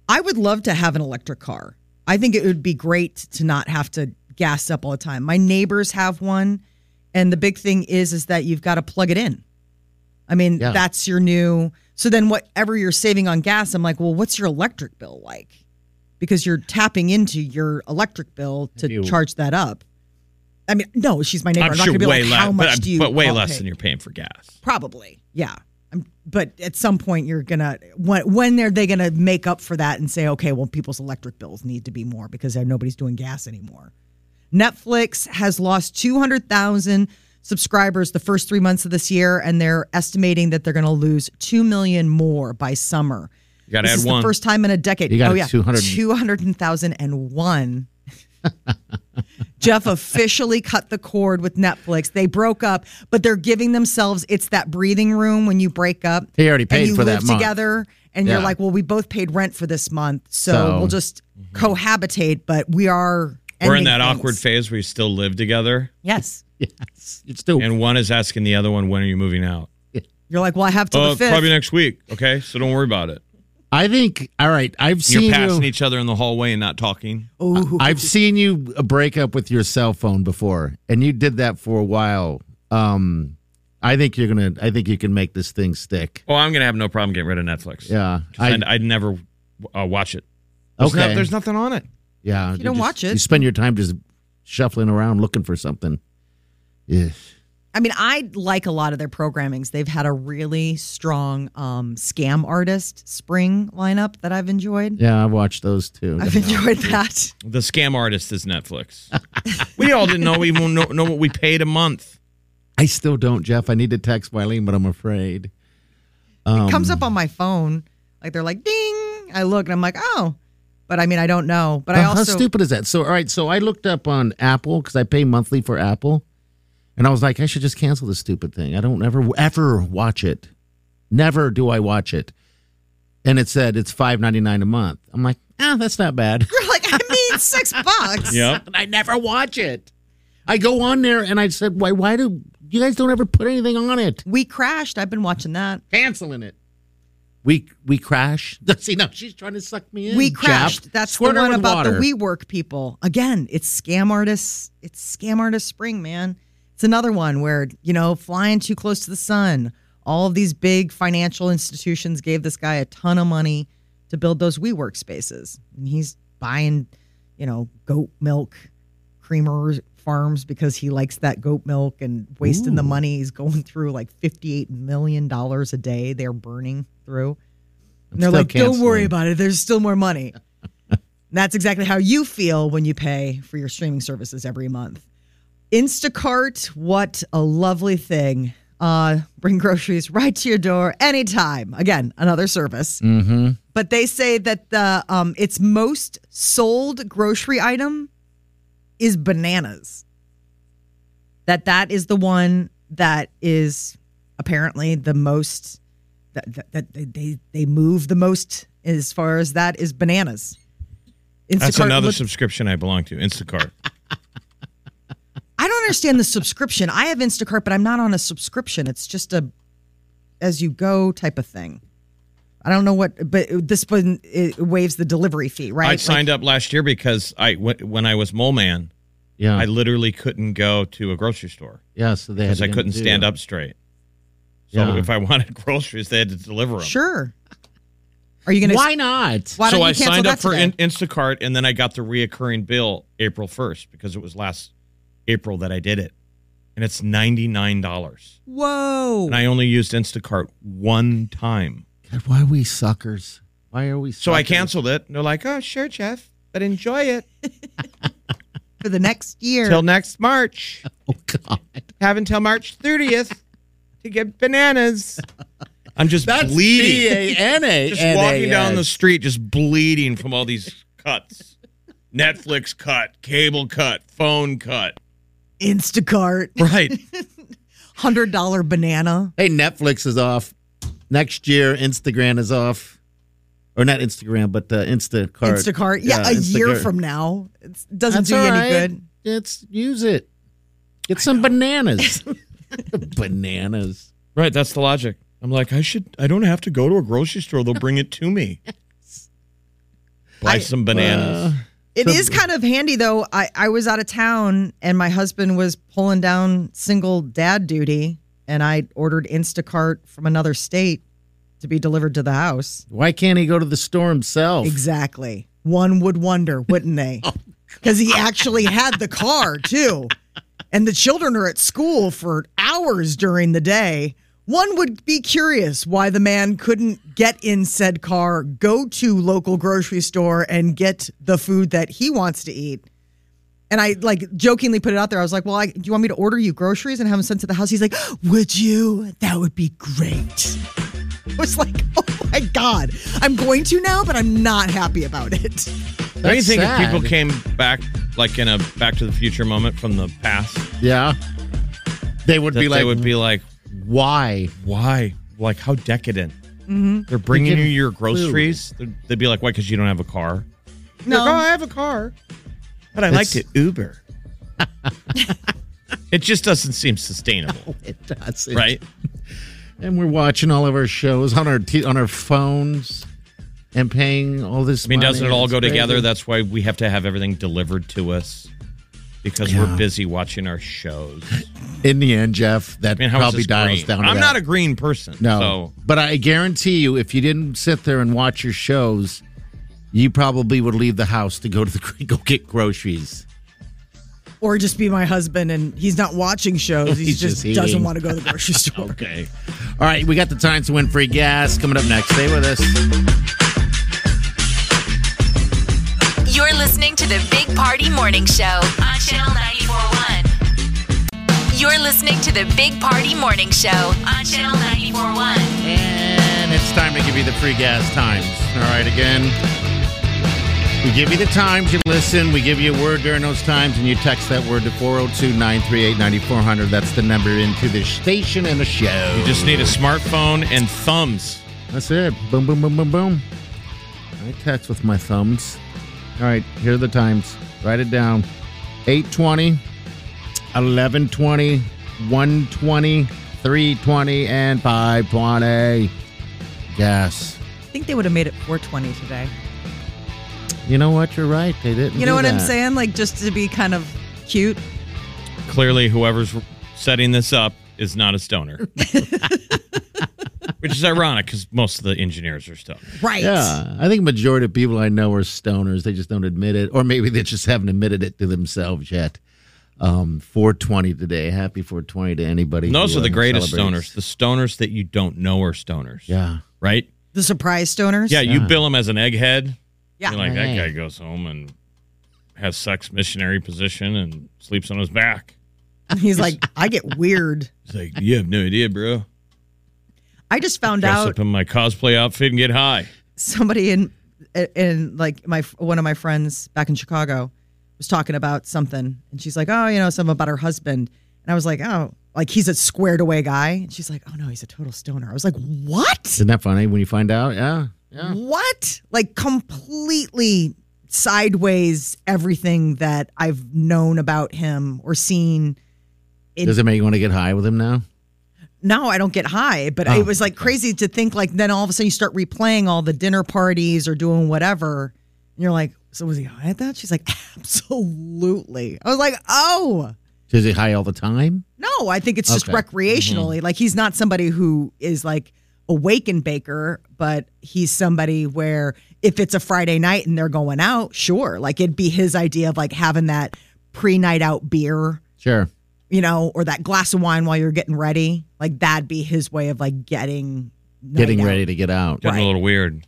I would love to have an electric car. I think it would be great to not have to gas up all the time. My neighbors have one, and the big thing is is that you've got to plug it in. I mean,
Yeah.
that's your new. So then whatever you're saving on gas, I'm like, "Well, what's your electric bill like?" Because you're tapping into your electric bill to
You-
charge that up. I mean, no, she's my neighbor. I'm,
I'm
not
sure
going to be
way
like,
less,
"How much
but,
do you
but way
all
less
pay?"
than you're paying for gas.
Probably, yeah. I'm, but at some point, you're gonna when when are they gonna make up for that and say, okay, well, people's electric bills need to be more because nobody's doing gas anymore. Netflix has lost two hundred thousand subscribers the first three months of this year, and they're estimating that they're gonna lose two million more by summer.
You got to
This
add
is
one.
the first time in a decade.
You got
oh
it,
yeah,
200.
200,001. Jeff officially cut the cord with Netflix. They broke up, but they're giving themselves it's that breathing room when you break up.
He already paid
and you
for
live
that month.
together, and you're
Yeah.
like, well, we both paid rent for this month, so,
So-
we'll just cohabitate. But we are
We're in
ending
that
things.
awkward phase where you still live together,
Yes,
yes it's still
and one is asking the other one, "When are you moving out?"
you're like, well, I have till
Uh,
the fifth.
probably next week. Okay, so don't worry about it.
i think all right i've
You're
seen
passing
you
each other in the hallway and not talking.
Ooh.
i've seen you break up with your cell phone before and you did that for a while um i think you're gonna i think you can make this thing stick
Oh, I'm gonna have no problem getting rid of Netflix.
yeah
'Cause I'd, I'd never uh, watch it. There's, no-
Okay.
there's nothing on it.
yeah you,
don't
just-
watch it.
you spend your time just shuffling around looking for something yeah
I mean, I like a lot of their programmings. They've had a really strong um, scam artist spring lineup that I've enjoyed.
yeah i watched those too
I've enjoyed that.
The scam artist is Netflix. we all didn't know even know, know what we paid a month.
i still don't jeff i need to text Wileen, but i'm afraid Um,
it comes up on my phone. Like they're like ding. I look and I'm like, oh. But I mean, I don't know. But I
Now,
also
how stupid is that? So, all right, so I looked up on Apple because I pay monthly for Apple, and I was like, I should just cancel this stupid thing. I don't ever ever watch it. Never do I watch it. And it said it's five ninety nine a month. I'm like, ah, that's not bad.
You're like, I mean, six bucks.
Yep.
I never watch it. I go on there and I said, why? Why do you guys don't ever put anything on it?
We crashed. I've been watching that.
Canceling it. We we crash. See, no, she's trying to suck me in.
We
Jap.
crashed. That's the
Squirt her
one
with
about
water.
the WeWork people. Again, it's scam artists. It's scam artist spring, man. It's another one where you know flying too close to the sun. All of these big financial institutions gave this guy a ton of money to build those WeWork spaces, and he's buying, you know, goat milk creamer farms because he likes that goat milk and wasting the money. He's going through like fifty-eight million dollars a day. They're burning through. And they're
still
like, don't worry
canceling.
about it. There's still more money. And that's exactly how you feel when you pay for your streaming services every month. Instacart, what a lovely thing. Uh, bring groceries right to your door anytime. Again, another service. Mm-hmm. But they say that the um, its most sold grocery item is bananas. That that is the one that is apparently the most that, that, that they- they they move the most as far as that is bananas. Instacart
That's another
looked-
subscription I belong to, Instacart.
I don't understand the subscription. I have Instacart, but I'm not on a subscription. It's just a as you go type of thing. I don't know what, but this one it waives the delivery fee, right?
I signed up last year because I wh- when I was mole man,
Yeah,
I literally couldn't go to a grocery store
yeah. So they had
because I
to
couldn't
do
stand
that.
up straight. So
Yeah.
if I wanted groceries, they had to deliver them.
Sure. Are you going to?
Why not?
Why
so
don't you
I
cancel
signed
that
up for
today?
in- Instacart, and then I got the reoccurring bill April first because it was last April that I did it, and it's ninety nine dollars.
Whoa!
And I only used Instacart one time,
God, why are we suckers? Why are we? Suckers?
so I canceled it. And they're like, "Oh, sure, Jeff, but enjoy it
for the next year.
till next March.
Oh God,
Have until March thirtieth to get bananas." I'm just
that's
bleeding.
B-A-N-A,
just walking down the street, just bleeding from all these cuts. Netflix cut, cable cut, phone cut.
Instacart,
Right.
hundred dollar banana.
Hey, Netflix is off next year. Instagram is off, or not Instagram, but uh, Instacart.
Instacart, yeah, a year from now, it doesn't
That's
do you
all
any
right.
good.
It's use it. Get some bananas. bananas.
Right, that's the logic. I'm like, I should. I don't have to go to a grocery store. They'll bring it to me. Buy some
Uh,
bananas.
It is kind of handy though. I, I was out of town and my husband was pulling down single dad duty and I ordered Instacart from another state to be delivered to the house.
Why can't he go to the store himself?
Exactly. One would wonder, wouldn't they? Because he actually had the car too. And the children are at school for hours during the day. One would be curious why the man couldn't get in said car, go to local grocery store and get the food that he wants to eat. And I like jokingly put it out there. I was like, "Well, I, do you want me to order you groceries and have them sent to the house?" He's like, "Would you? That would be great." I was like, "Oh my god, I'm going to now, but I'm not happy about it."
Don't you
That's
think if
sad.
people came back, like in a Back to the Future moment from the past,
Yeah. They would
that
be like,
they would be like,
why?
"Why? Like how decadent? They're bringing you
They
your
get
groceries." They'd, they'd be like, "Why? Because you don't have a car."
No.
Like, oh, I have a car, but I
That's-
like to Uber. it just doesn't seem sustainable,
It does. It-
right?
And we're watching all of our shows on our t- on our phones and paying all this
I mean,
money.
doesn't it all
It's
go together?
crazy.
That's why we have to have everything delivered to us because we're
Yeah.
busy watching our shows.
In the end, Jeff, that
I mean, how is
probably
this
dials
green?
down. to
I'm
that.
not a green person.
No.
So
But I guarantee you, if you didn't sit there and watch your shows, you probably would leave the house to go to the go get groceries.
Or just be my husband and he's not watching shows. He
He's
just,
just
doesn't
eating.
want to go to the grocery store.
Okay. All right, we got the time to win free gas coming up next. Stay with us.
You're listening to the Big Party Morning Show on Channel 941. You're listening to the Big Party Morning Show on Channel 941.
And it's time to give you the free gas times. All right, again. We give you the times you listen. We give you a word during those times, and you text that word to 402 938 9400. That's the number into the station and the show.
You just need a smartphone and thumbs.
That's it. Boom, boom, boom, boom, boom. I text with my thumbs. All right, here are the times. Write it down 820, 1120, 120, 320, and 520. Yes.
I think they would have made it 420 today.
You know what? You're right. They didn't.
You
do
know what I'm
that.
saying? Like just to be kind of cute.
Clearly, whoever's setting this up is not a stoner. Which is ironic because most of the engineers are stoners.
Right.
Yeah, I think majority of people I know are stoners. They just don't admit it, or maybe they just haven't admitted it to themselves yet. Um, 420 today. Happy 420 to anybody.
And those
who,
are the
uh,
greatest
celebrates.
stoners. The stoners that you don't know are stoners.
Yeah,
Right?
The surprise stoners.
Yeah, you bill them as an egghead.
Yeah.
You're like,
Right.
that guy goes home and has sex missionary position and sleeps on his back.
He's like, I get weird.
It's like, you have no idea, bro.
I just found
Dress
out
up in my cosplay outfit and get high.
somebody in in like my one of my friends back in Chicago was talking about something, and she's like, "Oh, you know, something about her husband," and I was like, "Oh, like he's a squared away guy," and she's like, "Oh no, he's a total stoner." I was like, "What?
isn't that funny when you find out? Yeah, yeah.
What? Like completely sideways everything that I've known about him or seen." It-
Does it make you want to get high with him now?
No, I don't get high, but
Oh,
it was like crazy to think like then all of a sudden you start replaying all the dinner parties or doing whatever, and you're like, so was he high at that? She's like, absolutely. I was like, oh
Is he high all the time?
no, I think it's just
Okay. Mm-hmm.
recreationally. Like he's not somebody who is like a wake and baker, but he's somebody where if it's a Friday night and they're going out, sure, like it'd be his idea of like having that pre night out beer
Sure.
you know, or that glass of wine while you're getting ready. Like that'd be his way of like getting night
Getting
out.
ready to get out.
Getting a little weird.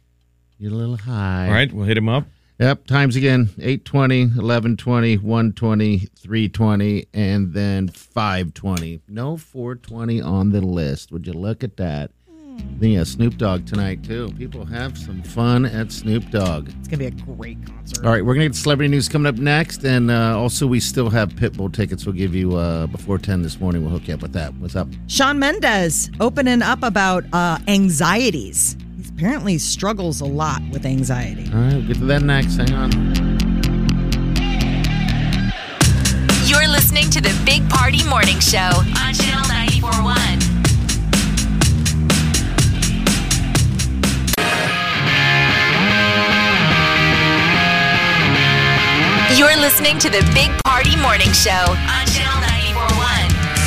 You're a little high.
All right, we'll hit him up.
Yep. Times again 820, 1120, 120, 320, and then 520. No 420 on the list. Would you look at that?
Hmm.
Then you have Snoop Dogg tonight, too. People have some fun at Snoop Dogg.
It's gonna be a great concert.
All right, we're going to get celebrity news coming up next. And uh, also, we still have Pitbull tickets we'll give you uh, before 10 this morning. We'll hook you up with that. What's up?
Sean Mendez opening up about uh, anxieties. He apparently struggles a lot with anxiety.
All right, we'll get to that next. Hang on.
You're listening to the Big Party Morning Show on Channel 941. You're listening to the Big Party Morning Show on Channel 941.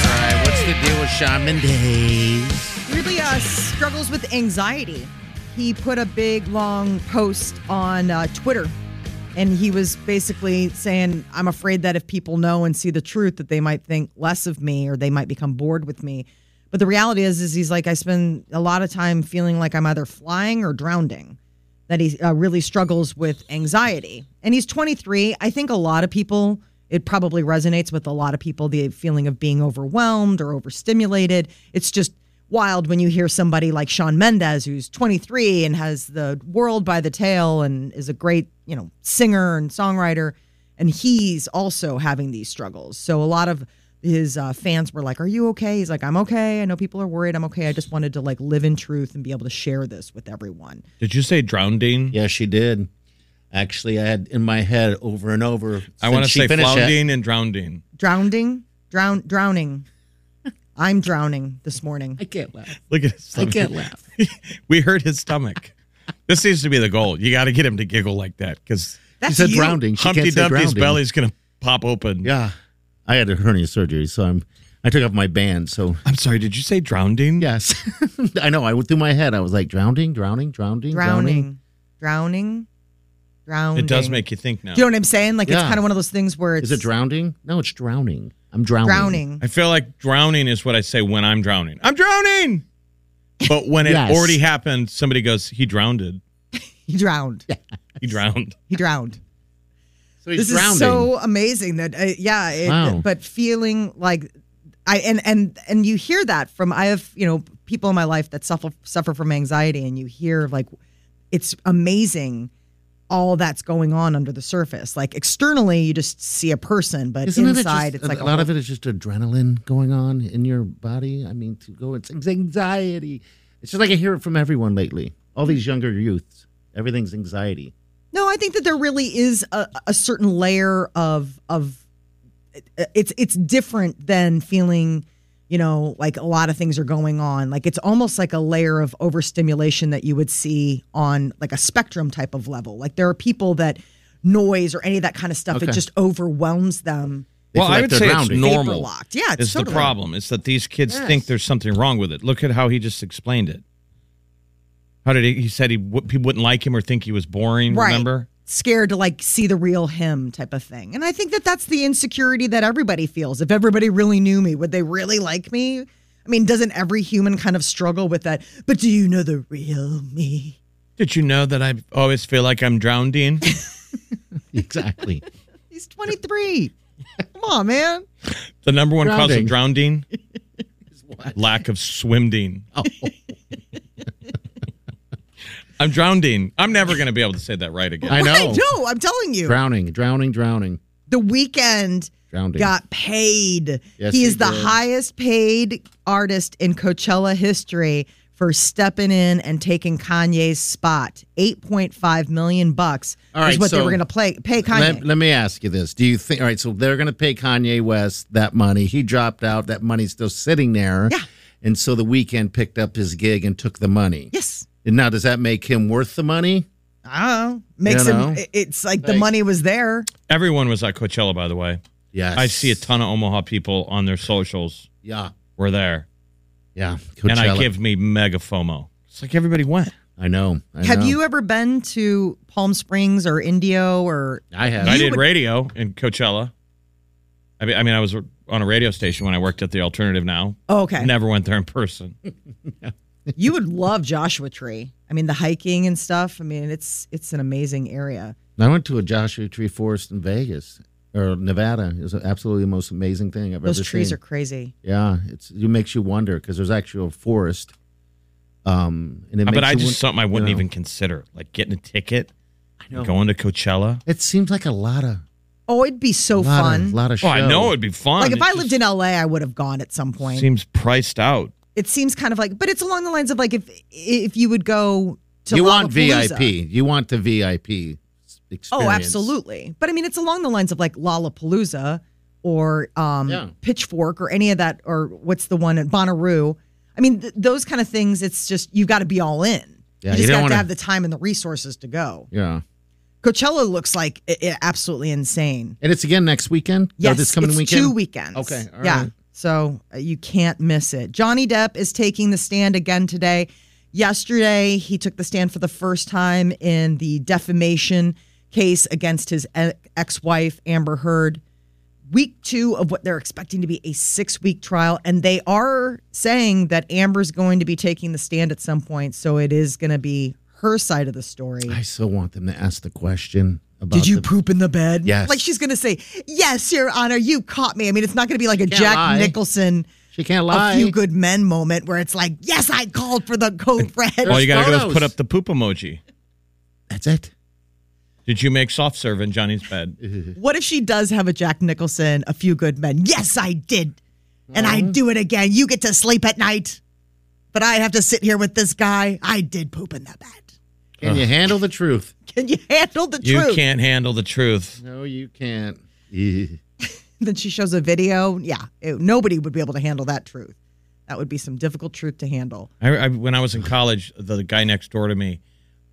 All right, what's the deal with Shawn Mendes?
Really uh, struggles with anxiety. He put a big long post on uh, Twitter, and he was basically saying, "I'm afraid that if people know and see the truth, that they might think less of me, or they might become bored with me." But the reality is, is he's like, I spend a lot of time feeling like I'm either flying or drowning. That he uh, really struggles with anxiety, and he's 23. I think a lot of people. It probably resonates with a lot of people the feeling of being overwhelmed or overstimulated. It's just wild when you hear somebody like Sean Mendez, who's 23 and has the world by the tail and is a great, you know, singer and songwriter. And he's also having these struggles. So a lot of his uh, fans were like, Are you okay? He's like, I'm okay. I know people are worried. I'm okay. I just wanted to like live in truth and be able to share this with everyone.
Did you say drowning?
Yeah, she did. Actually, I had in my head over and over.
I want to
since she
say
finished it.
flounding and drowning.
Drowning, drown, drowning. I'm drowning this morning.
I can't laugh.
Look at his
I
stomach.
can't laugh.
we hurt his stomach. This seems to be the goal. You got to get him to giggle like that because
She
That's
said
you.
drowning. She
Humpty
can't say
Dumpty's
drowning.
belly's going to pop open.
Yeah, I had a hernia surgery, so I'm. I took off my band. So
I'm sorry, did you say drowning?
yes, I know. I went through my head. I was like drowning, drowning, drowning, drowning.
Drowning, drowning, drowning.
It does make you think now.
Do you know what I'm saying? Like it's
Yeah.
kind of one of those things where it's
Is it drowning? No, it's drowning. I'm drowning.
drowning.
I feel like drowning is what I say when I'm drowning. I'm drowning. But when it
Yes.
already happened, somebody goes, "He drowned.
He drowned.
He drowned."
He drowned.
So he's
This
drowning.
is so amazing that uh, yeah, it,
Wow.
but feeling like I and and and you hear that from I have you know people in my life that suffer suffer from anxiety, and you hear like it's amazing all that's going on under the surface. Like externally, you just see a person, but
Isn't
inside,
it just,
it's like
a lot of it is just adrenaline going on in your body. I mean, to go, it's anxiety. It's just like I hear it from everyone lately. All these younger youths, everything's anxiety.
No, I think that there really is a, a certain layer of of uh, it's it's different than feeling, you know, like a lot of things are going on. Like it's almost like a layer of overstimulation that you would see on like a spectrum type of level. Like there are people that noise or any of that kind of stuff it
Okay.
just overwhelms them.
They
Well,
feel
I
like
would
they're
say
drowning.
it's normal.
Vaporlocked. Yeah, it's
is
totally-
the problem. It's that these kids think there's something wrong with it. Look at how he just explained it. How did he? He said he w- people wouldn't like him or think he was boring.
Right.
Remember?
Scared to like see the real him type of thing. And I think that that's the insecurity that everybody feels. If everybody really knew me, would they really like me? I mean, doesn't every human kind of struggle with that? But do you know the real me?
Did you know that I always feel like I'm drowning?
Exactly.
He's 23. Come on, man.
The number one cause of
Drowning.
drowning? Lack of swimming.
oh,
I'm drowning. I'm never going to be able to say that right again.
I know.
I know. I'm telling you.
Drowning, drowning, drowning,
The weekend
drowning.
got paid.
Yes,
he
he
is the
did.
highest paid artist in Coachella history for stepping in and taking Kanye's spot. 8.5 million bucks
All right,
is what they
so
were going to play pay Kanye.
Let, let me ask you this: Do you think? All right, so they're going to pay Kanye West that money. He dropped out. That money's still sitting there.
Yeah.
And so the weekend picked up his gig and took the money.
yes.
And now does that make him worth the money?
I don't know. Makes
You
him
know?
it's like the
Like-
money was there.
Everyone was at Coachella, by the way.
Yes.
I see a ton of Omaha people on their socials
Yeah.
were there.
Yeah. Coachella.
And I give me mega FOMO. It's like everybody went.
I know. I
Have
know.
you ever been to Palm Springs or Indio or
I have.
I
You
did
would-
radio in Coachella. I mean, I mean, I was on a radio station when I worked at the Alternative. Now,
Oh, okay.
never went there in person.
you would love Joshua Tree. I mean the hiking and stuff. I mean it's it's an amazing area.
I went to a Joshua Tree Forest in Vegas or Nevada. It was absolutely the most amazing thing I've
Those
ever
trees
seen.
are crazy.
yeah, it's it makes you wonder because there's actual forest. Um, and it
Uh, but
makes
I
you
just
won-
something I wouldn't
you know.
even consider, like getting a ticket, and
know.
going to Coachella.
It seems like a lot of
Oh, it'd be so
lot
fun.
Of, lot of
Oh, I
show.
know it'd be fun.
like if
It
I
just
lived in LA, I would have gone at some point.
seems priced out.
it seems kind of like, but it's along the lines of like if if you would go to
you want
Lollapalooza.
VIP. You want the VIP experience.
Oh, absolutely. But I mean, it's along the lines of like Lollapalooza or um,
Yeah.
Pitchfork or any of that, or what's the one at Bonnaroo. I mean, th- those kind of things. It's just you've got to be all in.
Yeah,
you
you don't
just have to
wanna-
have the time and the resources to go.
Yeah,
Coachella looks like i i- absolutely insane.
and it's again next weekend. Yeah,
Yes,
this coming
it's
weekend.
two weekends.
Okay, all
yeah.
right.
So uh, you can't miss it. Johnny Depp is taking the stand again today. Yesterday, he took the stand for the first time in the defamation case against his e- ex-wife Amber Heard. Week two of what they're expecting to be a six-week trial, and they are saying that Amber's going to be taking the stand at some point. So it is going to be her side of the story.
I still want them to ask the question about.
Did you
the-
poop in the bed?
Yes.
Like she's going to say, Yes, Your Honor, you caught me. I mean, it's not going to be like a
can't
Jack
lie.
Nicholson,
She can't
a
lie.
few good men moment where it's like, Yes, I called for the code red.
All you gotta do is
photos.
put up the poop emoji.
That's it.
Did you make soft serve in Johnny's bed?
what if she does have a Jack Nicholson, a few good men? Yes, I did. And I
Mm-hmm.
do it again. You get to sleep at night, but I have to sit here with this guy. I did poop in the bed.
Can you handle the truth?
Can you handle the
you
truth?
can't handle the truth.
No, you can't. Eh.
Then she shows a video. Yeah, it- nobody would be able to handle that truth. That would be some difficult truth to handle.
I, I, when I was in college, the guy next door to me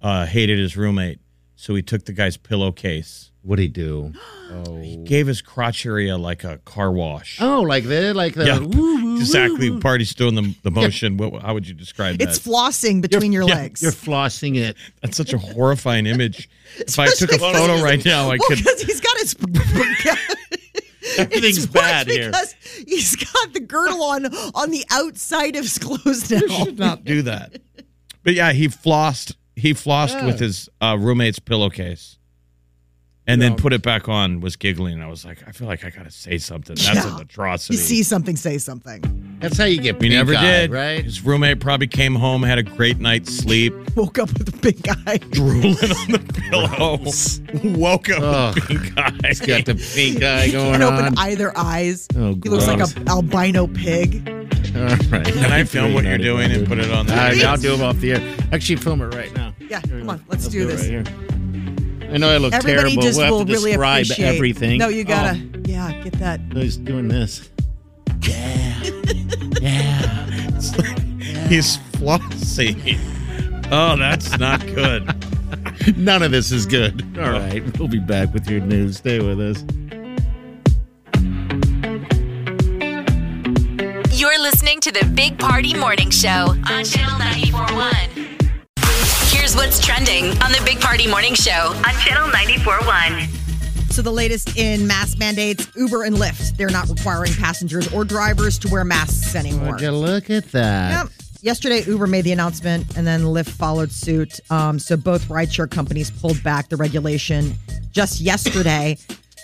uh, hated his roommate, so he took the guy's pillowcase.
What'd he do? Oh,
gave his crotch area like a car wash.
oh, like the like the.
yeah,
woo, woo,
exactly.
woo.
Party's doing the, the motion. What, how would you describe that?
It's flossing between your
yeah,
legs.
You're flossing it.
That's such a horrifying image. If I took a photo right now, I
well,
could.
because he's got his.
Everything's
It's worse
bad here.
because he's got the girdle on on the outside of his clothes now.
You should not do that. But yeah, he flossed. He flossed
Yeah.
with his uh, roommate's pillowcase, and then put it back on. Was giggling. I was like, I feel like I gotta say something. That's
Yeah.
an atrocity.
You see something, say something.
That's how you get
We never
pink-eyed,
did.
right?
His roommate probably came home, had a great night's sleep,
Woke up with a big eye.
drooling on the pillow, woke up
Ugh.
with pink eyes.
He's got the pink eye
He
going
can't
on.
open either eyes.
Oh,
he looks like
gross.
an albino pig.
All right.
Can I film what you're doing and put it on
All right,
the?
I'll do them off the air. Actually, film it right now.
Yeah,
Here we
come
go.
on, let's
I'll
do
it
this.
right here. I know I look
Everybody
terrible.
just
we'll
will
have to
really
describe
appreciate
everything.
No, you gotta. Yeah, get that.
Oh, he's doing this.
He's flossy. Oh, that's not good.
None of this is good. All right, we'll be back with your news. Stay with us.
You're listening to the Big Party Morning Show on Channel 941. Here's what's trending on the Big Party Morning Show on Channel 941.
So the latest in mask mandates: Uber and Lyft. They're not requiring passengers or drivers to wear masks anymore.
Would you look at that?
Yep. Yesterday, Uber made the announcement, and then Lyft followed suit. Um, so both rideshare companies pulled back the regulation just yesterday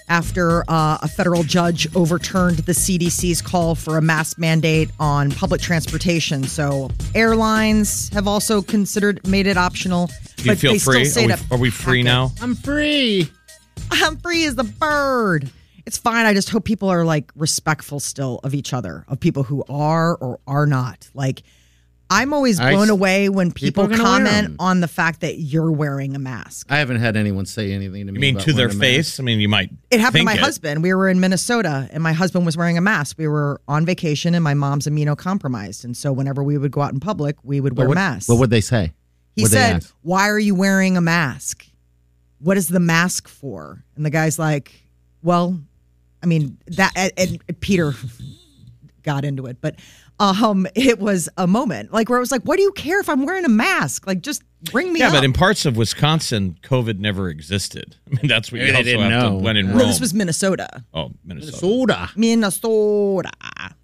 after uh, a federal judge overturned the CDC's call for a mask mandate on public transportation. So airlines have also considered made it optional.
Do you feel free? Are we, are we free now?
I'm free.
I'm free as the bird. It's fine. I just hope people are like respectful still of each other, of people who are or are not. Like, I'm always
I
blown
s-
away when
people
people,
are gonna wear 'em.
comment on the fact that you're wearing a mask.
I haven't had anyone say anything to me.
You mean
about
to their
wearing a mask.
face? I mean, you might.
It happened to
think
my husband. We were in Minnesota and my husband was wearing a mask. We were on vacation and my mom's immunocompromised. And so whenever we would go out in public, we would wear
What,
masks.
what would they say?
he
What'd they
said,
ask?
Why are you wearing a mask? What is the mask for? And the guy's like, Well, I mean, that, and, and Peter got into it, but um, it was a moment like where I was like, What do you care if I'm wearing a mask? Like, just bring me
Yeah,
up.
but in parts of Wisconsin, COVID never existed. I mean, that's what
Maybe
you
they
also
didn't
have to
know.
when in Rome.
no, this was Minnesota.
oh, Minnesota.
Soda.
Minnesota.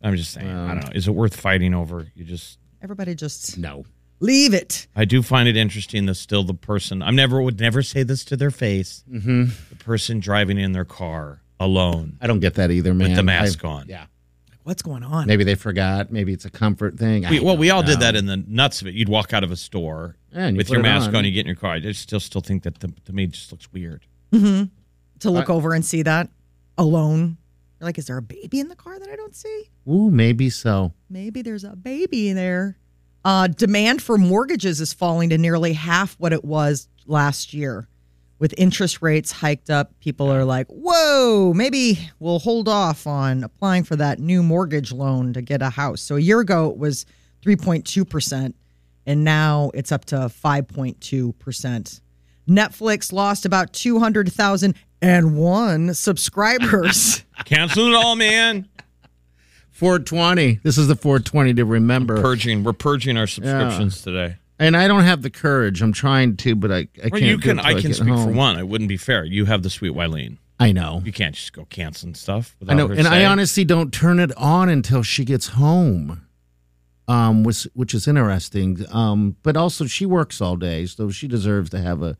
I'm just saying. I don't know. Is it worth fighting over? You just.
Everybody just
No.
leave it.
I do find it interesting that still the person I'm never would never say this to their face. Mm-hmm. The person driving in their car alone.
I don't get that either, man.
the mask
I-
on.
Yeah.
What's going on?
Maybe they forgot. Maybe it's a comfort thing. Ah, I
We, well,
don't
we all did
know.
that in the nuts of it. You'd walk out of a store
Yeah, and you
with
put
your
it
mask on.
on.
you get in your car. I just still still think that the, to me it just looks weird.
To look over and see that alone. You're like, Is there a baby in the car that I don't see?
Ooh, maybe so.
Maybe there's a baby in there. Uh, demand for mortgages is falling to nearly half what it was last year. With interest rates hiked up, people are like, whoa, maybe we'll hold off on applying for that new mortgage loan to get a house. So a year ago, it was 3.2%, and now it's up to 5.2%. Netflix lost about 200,001 subscribers.
Cancel it all, man.
420. This is the 420 to remember.
Purging. We're purging our subscriptions today.
and I don't have the courage. I'm trying to, but I, I
Well,
can't.
you
do
can.
it till I,
I can
get
speak
home.
for one. It wouldn't be fair. You have the sweet Wileen.
I know.
You can't just go canceling stuff. Without
I know.
her
And I
saying-
honestly don't turn it on until she gets home, um, which which is interesting. Um, but also she works all day, so she deserves to have a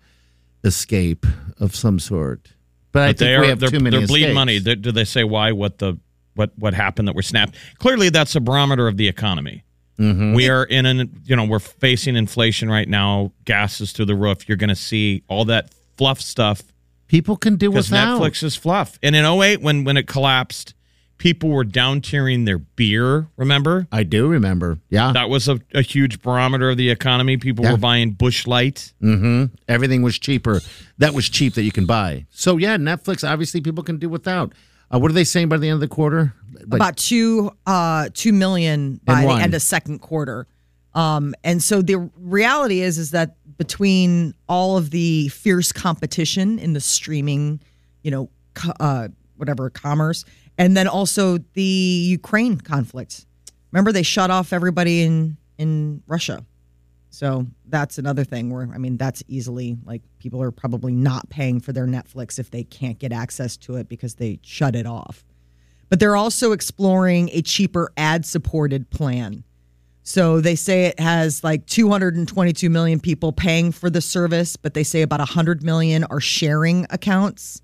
escape of some sort. But, I think
But they are.
we have
they're
too many.
they're bleeding
escapes.
money. They- do they say why? What the? What what happened that we're snapped? Clearly, that's a barometer of the economy.
Mm-hmm.
We are in an you know we're facing inflation right now. Gas is through the roof. You're going to see all that fluff stuff
People can do
because
without.
Netflix is fluff. And in 08, when when it collapsed, people were down tiering their beer. Remember
I do remember. Yeah.
that was a, a huge barometer of the economy. People
Uh-huh. Yeah.
were buying Bush Light.
hmm Everything was cheaper. That was cheap that you can buy. So yeah, Netflix. Obviously, people can do without. Uh, what are they saying by the end of the quarter? Like,
about two uh two million by the
one.
end of second quarter um and so the reality is is that between all of the fierce competition in the streaming you know co- uh whatever commerce and then also the ukraine conflict remember they shut off everybody in in russia so that's another thing where i mean that's easily like people are probably not paying for their netflix if they can't get access to it because they shut it off but they're also exploring a cheaper ad supported plan. So they say it has like 222 million people paying for the service, but they say about 100 million are sharing accounts.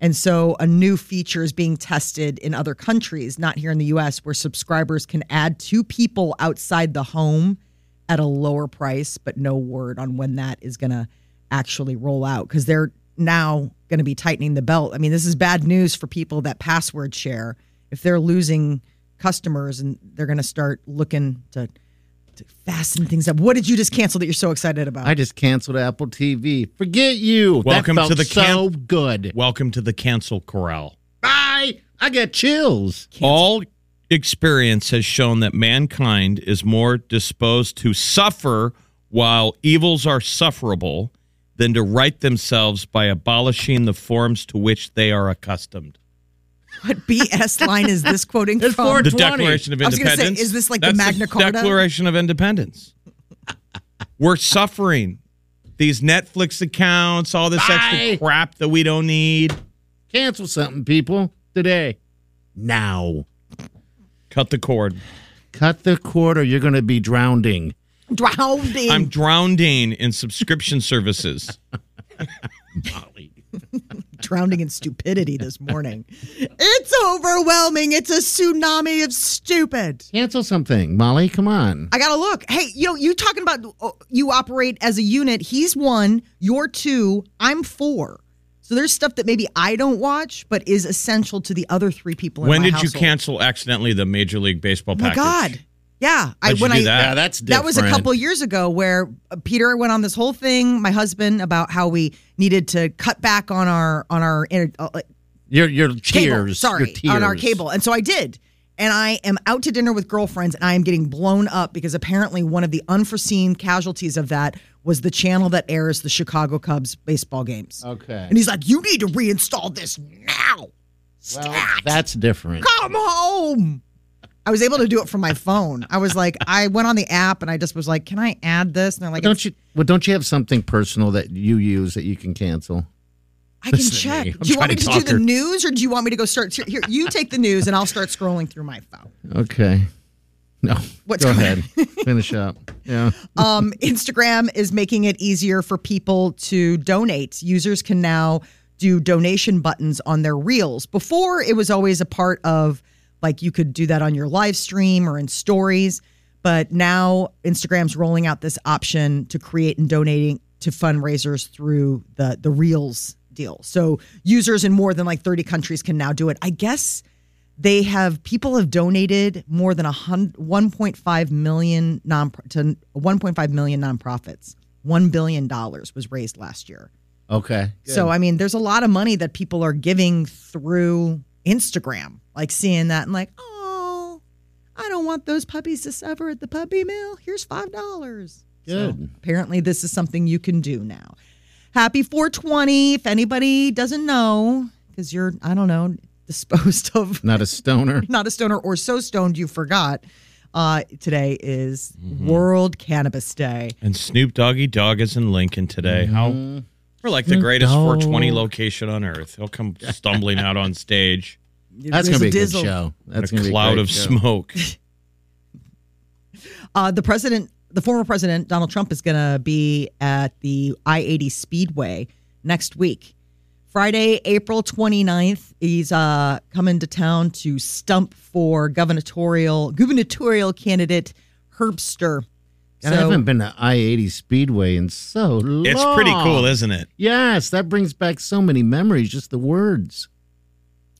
And so a new feature is being tested in other countries, not here in the US, where subscribers can add two people outside the home at a lower price, but no word on when that is going to actually roll out because they're now going to be tightening the belt. I mean, this is bad news for people that password share. If they're losing customers and they're going to start looking to, to fasten things up. What did you just cancel that you're so excited about?
I just canceled Apple TV. Forget you. That
Welcome
felt
to the
so
camp.
good.
Welcome to the cancel corral.
Bye. I got chills.
All experience has shown that mankind is more disposed to suffer while evils are sufferable than to right themselves by abolishing the forms to which they are accustomed.
what BS line is this quoting
It's
from?
four-
The
20.
Declaration of
I was gonna say,
Independence.
is this like the
That's
Magna Carta?
Declaration of Independence. We're suffering. These Netflix accounts, all this
Bye.
extra crap that we don't need.
Cancel something, people, today. Now.
Cut the cord.
Cut the cord or you're going to be drowning.
Drowning.
I'm drowning in subscription services.
drowning in stupidity this morning. It's overwhelming. It's a tsunami of stupid.
Cancel something, Molly. Come on.
I gotta look. Hey, you know, you talking about uh, you operate as a unit. He's one, you're two, I'm four. So there's stuff that maybe I don't watch, but is essential to the other three people. In
when
my
did you
household.
cancel accidentally the Major League Baseball
Oh my
package?
God. Yeah, I
How'd you
when
do
I
that?
Yeah, that's
that was a
different.
couple years ago where uh, Peter went on this whole thing, my husband, about how we needed to cut back on our on our inter- uh,
Your, your
cable,
tears.
Sorry,
your tears.
on our cable. And so I did. And I am out to dinner with girlfriends and I am getting blown up because apparently one of the unforeseen casualties of that was the channel that airs the Chicago Cubs baseball games.
Okay.
And he's like, You need to reinstall this now.
Well, that's different.
Come home. I was able to do it from my phone. I was like, I went on the app and I just was like, Can I add this? And they're like,
Don't you? Well, don't you have something personal that you use that you can cancel?
I can
Listen to
check.
me. I'm
Do you want
trying to
me to do
talk
the
her.
news or do you want me to go start? Here, you take the news and I'll start scrolling through my phone.
Okay. No.
What's
Go
going
ahead. Finish up. Yeah.
um, Instagram is making it easier for people to donate. Users can now do donation buttons on their reels. Before, it was always a part of like you could do that on your live stream or in stories. But now Instagram's rolling out this option to create and donating to fundraisers through the the reels deal. So users in more than like 30 countries can now do it. I guess they have people have donated more than a hundred, 1.5 million non to 1.5 million nonprofits. 1 billion dollars was raised last year.
Okay.
So I mean there's a lot of money that people are giving through Instagram. Like seeing that and like, "Oh, I don't want those puppies to suffer at the puppy mill. Here's $5."
Good.
Apparently, this is something you can do now. Happy 420. If anybody doesn't know, because you're, I don't know, disposed of,
Not a stoner.
not a stoner or so stoned you forgot, uh, today is
Mm-hmm.
World Cannabis Day.
And Snoop Doggy Dog is in Lincoln
Mm-hmm.
today. How we're like the greatest 420 location on earth. He'll come stumbling out on stage,
That's gonna be a good
Dizzle.
show. That's
in
gonna
a
be
cloud
great
of
show.
smoke.
Uh, the president, the former president, Donald Trump, is going to be at the I 80 Speedway next week. Friday, April 29th, he's uh, coming to town to stump for gubernatorial gubernatorial candidate Herbster.
God, I haven't been to I eighty Speedway in so long.
It's pretty cool, isn't it?
Yes, that brings back so many memories. Just the words.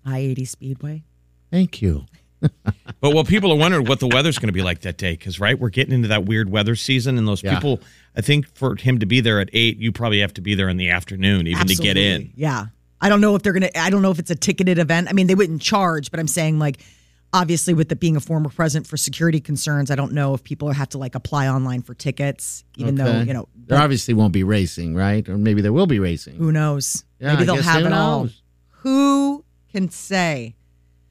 I 80 Speedway.
Thank you.
But well, people are wondering what the weather's going to be like that day because right, we're getting into that weird weather season, and those
Yeah.
people. I think for him to be there at eight, you probably have to be there in the afternoon even to get
Absolutely.
in.
Yeah. I don't know if they're going to, I don't know if it's a ticketed event. I mean, they wouldn't charge, but I'm saying, like, obviously, with it being a former president for security concerns, I don't know if people have to, like, apply online for tickets, even though,
Okay.
you know,
there obviously won't be racing, right? Or maybe there will be racing.
who knows?
Yeah,
Maybe
I
they'll
guess
have
who
it all.
knows?
Who can say?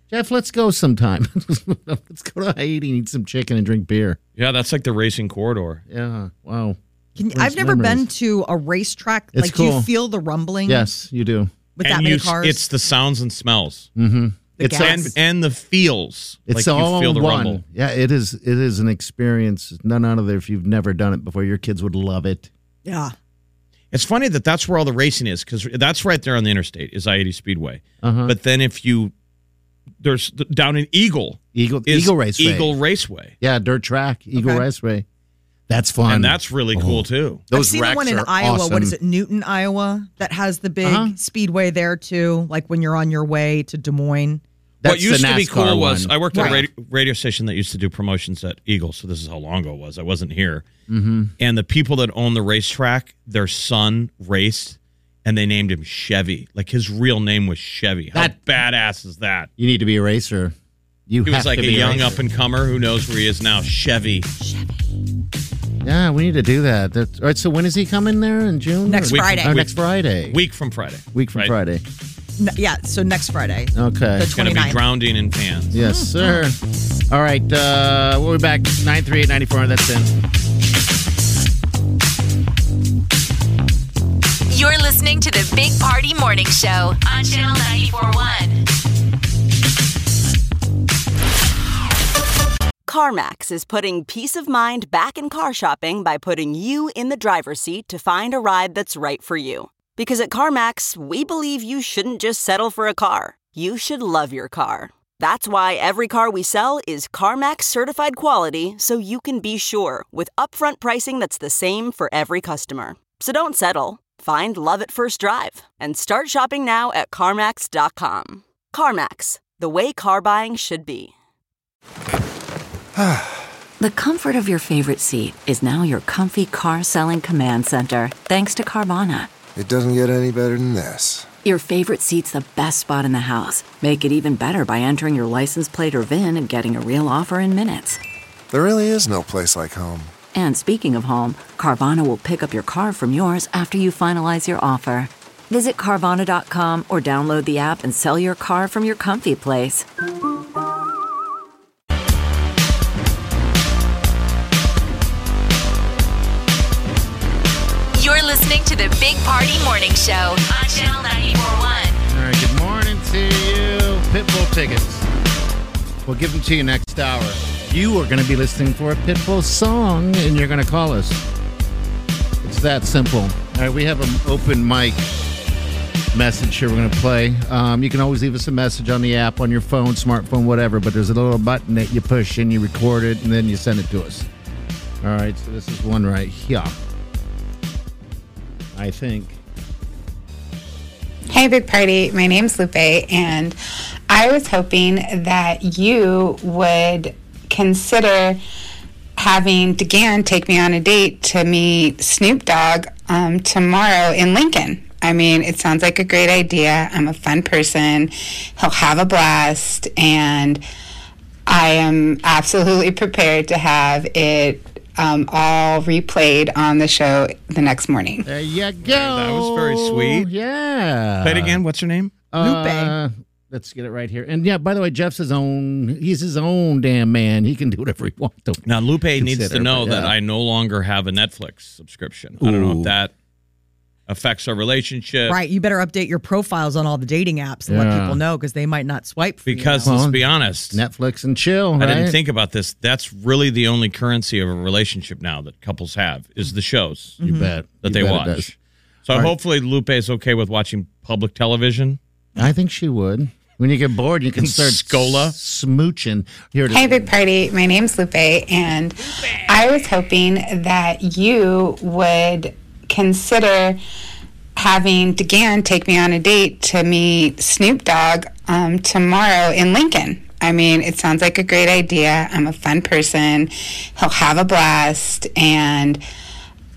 Jeff, let's go sometime. let's go to Haiti and eat some chicken and drink beer.
Yeah, that's like the racing corridor.
Yeah. Wow.
Can,
Those
I've never been
memories.
to a racetrack.
It's
like, do you
cool.
feel the rumbling
Yes, you do.
with
and
that many
you-
cars?
it's the sounds and smells,
Mm-hmm.
The
it's
gas.
and and the feels.
It's
like
all
you feel the
one.
rumble.
Yeah, it is. It is an experience. None out of there. If you've never done it before, your kids would love it.
yeah.
It's funny that that's where all the racing is because that's right there on the interstate is I eighty Speedway.
Uh-huh.
But then if you there's th- down in Eagle
Eagle
is
Eagle Raceway.
Eagle Raceway,
Yeah, dirt track, Eagle
Okay.
Raceway. That's fun. Oh.
and that's really cool too.
those
I've seen
wrecks
the one in
are
Iowa.
Awesome.
What is it, Newton, Iowa? That has the big
Uh-huh.
speedway there too. Like when you're on your way to Des Moines.
That's
what used
the
to be
NASCAR
cool was
one.
I worked at a
Right.
radio, radio station that used to do promotions at Eagle. So this is how long ago it was. I wasn't here.
Mm-hmm.
And the people that owned the racetrack, their son raced, and they named him Chevy. Like his real name was Chevy. How
That-
badass is that?
you need to be a racer. You
He
have
was like
to
a
be
young
racer.
up and comer who knows where he is now. Chevy.
Yeah, we need to do that. That's, all right. So when is he coming there in June?
Next
Or-
Week-
Friday.
Oh,
week-
next Friday.
Week from Friday.
Week from
Right.
Friday.
N- yeah, so next Friday.
Okay.
The
It's going to be
29th.
drowning in fans.
Yes, sir. All right. Uh, we'll be back 938 94. That's in.
You're listening to the Big Party Morning Show on Channel 941.
CarMax is putting peace of mind back in car shopping by putting you in the driver's seat to find a ride that's right for you. Because at CarMax, we believe you shouldn't just settle for a car, you should love your car. That's why every car we sell is CarMax certified quality so you can be sure with upfront pricing that's the same for every customer. So don't settle. Find love at first drive and start shopping now at CarMax.com. CarMax, the way car buying should be.
The comfort of your favorite seat is now your comfy car selling command center, thanks to Carvana.
It doesn't get any better than this.
Your favorite seat's the best spot in the house. Make it even better by entering your license plate or VIN and getting a real offer in minutes.
There really is no place like home.
And speaking of home, Carvana will pick up your car from yours after you finalize your offer. Visit Carvana.com or download the app and sell your car from your comfy place.
You're listening to the Big Party Morning Show on Channel 941.
All right. Good morning to you. Pitbull tickets. We'll give them to you next hour. You are going to be listening for a Pitbull song, and you're going to call us. It's that simple. All right. We have an open mic message here we're going to play. Um, you can always leave us a message on the app, on your phone, smartphone, whatever, but there's a little button that you push and you record it, and then you send it to us. All right. So this is one right here. I think.
Hey, big party. My name's Lupe, and I was hoping that you would consider having DeGan take me on a date to meet Snoop Dogg um, tomorrow in Lincoln. I mean, it sounds like a great idea. I'm a fun person. He'll have a blast, and I am absolutely prepared to have it um, all replayed on the show the next morning.
There you go.
that was very sweet.
Yeah.
Play it again. What's her name?
Uh, let's get it right here. And yeah, by the way, Jeff's his own. He's his own damn man. He can do whatever he wants. to.
Now, Lupe needs
Consider,
to know
but
that
yeah.
I no longer have a Netflix subscription. I don't know
Ooh.
if that affects our relationship.
Right. You better update your profiles on all the dating apps and
Yeah.
let people know because they might not swipe for you
Because
now.
Well,
let's be honest,
Netflix and chill.
I didn't
right?
think about this. That's really the only currency of a relationship now that couples have is the shows
You bet
Mm-hmm. that
You
they
bet it
watch.
does.
So
All right.
hopefully Lupe's okay with watching public television.
I think she would. When you get bored, you can start
Scola.
s- smooching. Here it is.
Hey, big party. My name's Lupe, and I was hoping that you would consider having DeGan take me on a date to meet Snoop Dogg um, tomorrow in Lincoln. I mean, it sounds like a great idea. I'm a fun person. He'll have a blast, and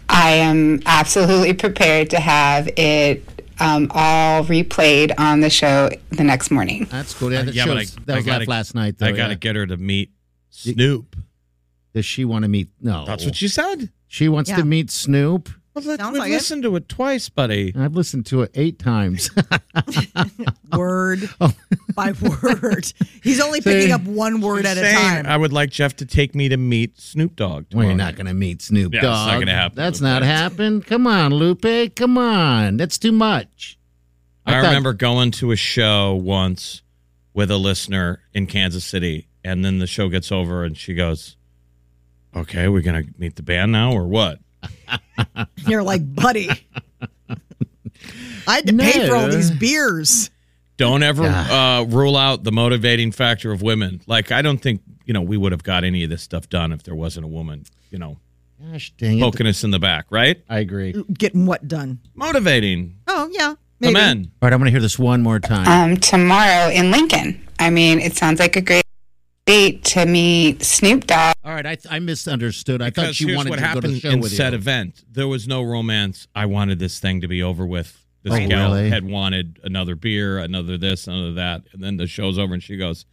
I am absolutely prepared to have it um, all replayed on the show the next morning.
That's cool. Yeah, that,
Yeah, but
shows,
I-
that
I
was
gotta-
last night. Though,
I got to
yeah.
get her to meet Snoop.
Does she want to meet? No,
That's what she said.
she wants
Yeah.
to meet Snoop.
Well, that,
Sounds
we've
like it.
listened to it twice, buddy.
I've listened to it eight times.
word
Oh.
by word. He's only picking up one word at a
Saying,
time.
I would like Jeff to take me to meet Snoop Dogg.
Well,
tomorrow.
you're not going to meet Snoop
Yeah, it's
Dogg.
not gonna happen,
That's
Lupe.
not happened. Come on, Lupe. Come on. That's too much.
I,
thought-
remember going to a show once with a listener in Kansas City, and then the show gets over, and she goes, "Okay, we're gonna meet the band now, or what?"
You're like, buddy, I had to pay for all
No.
these beers.
Don't ever uh, rule out the motivating factor of women. Like, I don't think, you know, we would have got any of this stuff done if there wasn't a woman, you know,
Gosh dang it.
poking us in the back, right?
I agree. All
Getting what done?
Motivating
Oh yeah,
the
maybe.
men.
right, I'm going to hear this one more
Uh,
time.
um, tomorrow in Lincoln. I mean, it sounds like a great date to meet Snoop Dogg.
All right, I, th- I misunderstood. I thought
Because
she
here's
wanted
what
to go to the
happened
show
in
with
said
you.
event. There was no romance. I wanted this thing to be over with. This
Oh,
gal
really?
had wanted another beer, another this, another that, and then the show's over, and she goes,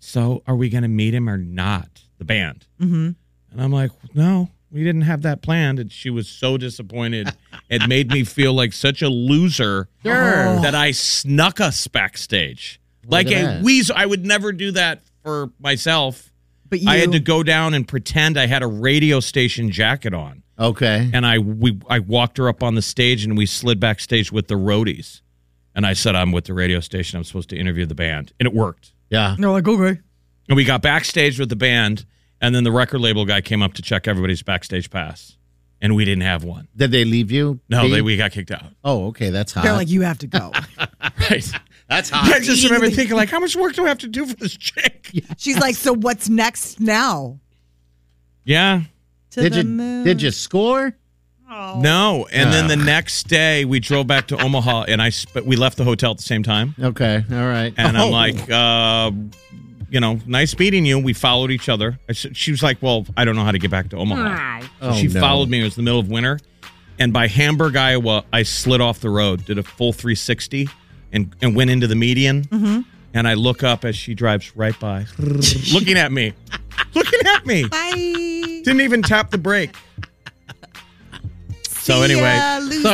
"So, are we going to meet him or not?" The band, mm-hmm. and I'm like, "No, we didn't have that planned." And she was so disappointed. it made me feel like such a loser that I snuck us backstage, like
at
a
that.
weasel. I would never do that for myself.
But you,
I had to go down and pretend I had a radio station jacket on,
okay.
and I we I walked her up on the stage, and we slid backstage with the roadies, and I said, "I'm with the radio station. I'm supposed to interview the band," and it worked.
Yeah.
No, like okay.
And we got backstage with the band, and then the record label guy came up to check everybody's backstage pass, and we didn't have one.
Did they leave you?
No,
Pete?
they, we got kicked out.
Oh, okay. That's hot.
Uh-huh.
They're like, you have to go.
Right.
that's
I
hot.
just remember thinking, like, how much work do I have to do for this chick?
She's like, so what's next now?
Yeah.
To
did
the
you
moon.
did you score?
No. And then the next day, we drove back to Omaha, and I sp- we left the hotel at the same time.
Okay. All right.
And
Oh.
I'm like, uh, you know, nice meeting you. We followed each other. I s- She was like, well, I don't know how to get back to
Ah.
Omaha.
Oh,
she
no.
followed me. It was the middle of winter. And by Hamburg, Iowa, I slid off the road, did a full 360 and, and went into the median.
Mm-hmm.
And I look up as she drives right by, looking at me, looking at me.
Bye.
Didn't even tap the brake. So
See
anyway,
ya, loser.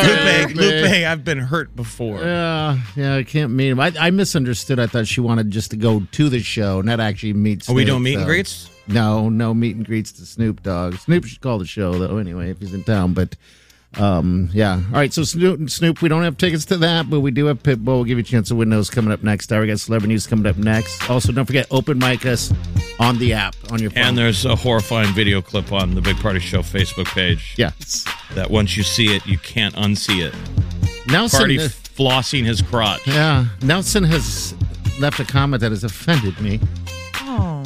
Sorry.
Lupe, Lupe, I've been hurt before.
Yeah, yeah, I can't meet him. I, I misunderstood. I thought she wanted just to go to the show, not actually meet.
Oh, we
Snoop,
don't meet and
so-
greets?
No, no meet and greets to Snoop Dogg. Snoop should call the show though, anyway, if he's in town. But um, yeah, all right. So Snoop, Snoop, we don't have tickets to that, but we do have Pitbull. We'll give you a chance to win those coming up next. hour. We got celebrity news coming up next. Also, don't forget open mic us on the app on your phone.
And there's a horrifying video clip on the Big Party Show Facebook page.
yes,
That once you see it, you can't unsee it.
Nelson.
Party flossing his crotch.
Yeah, Nelson has left a comment that has offended me.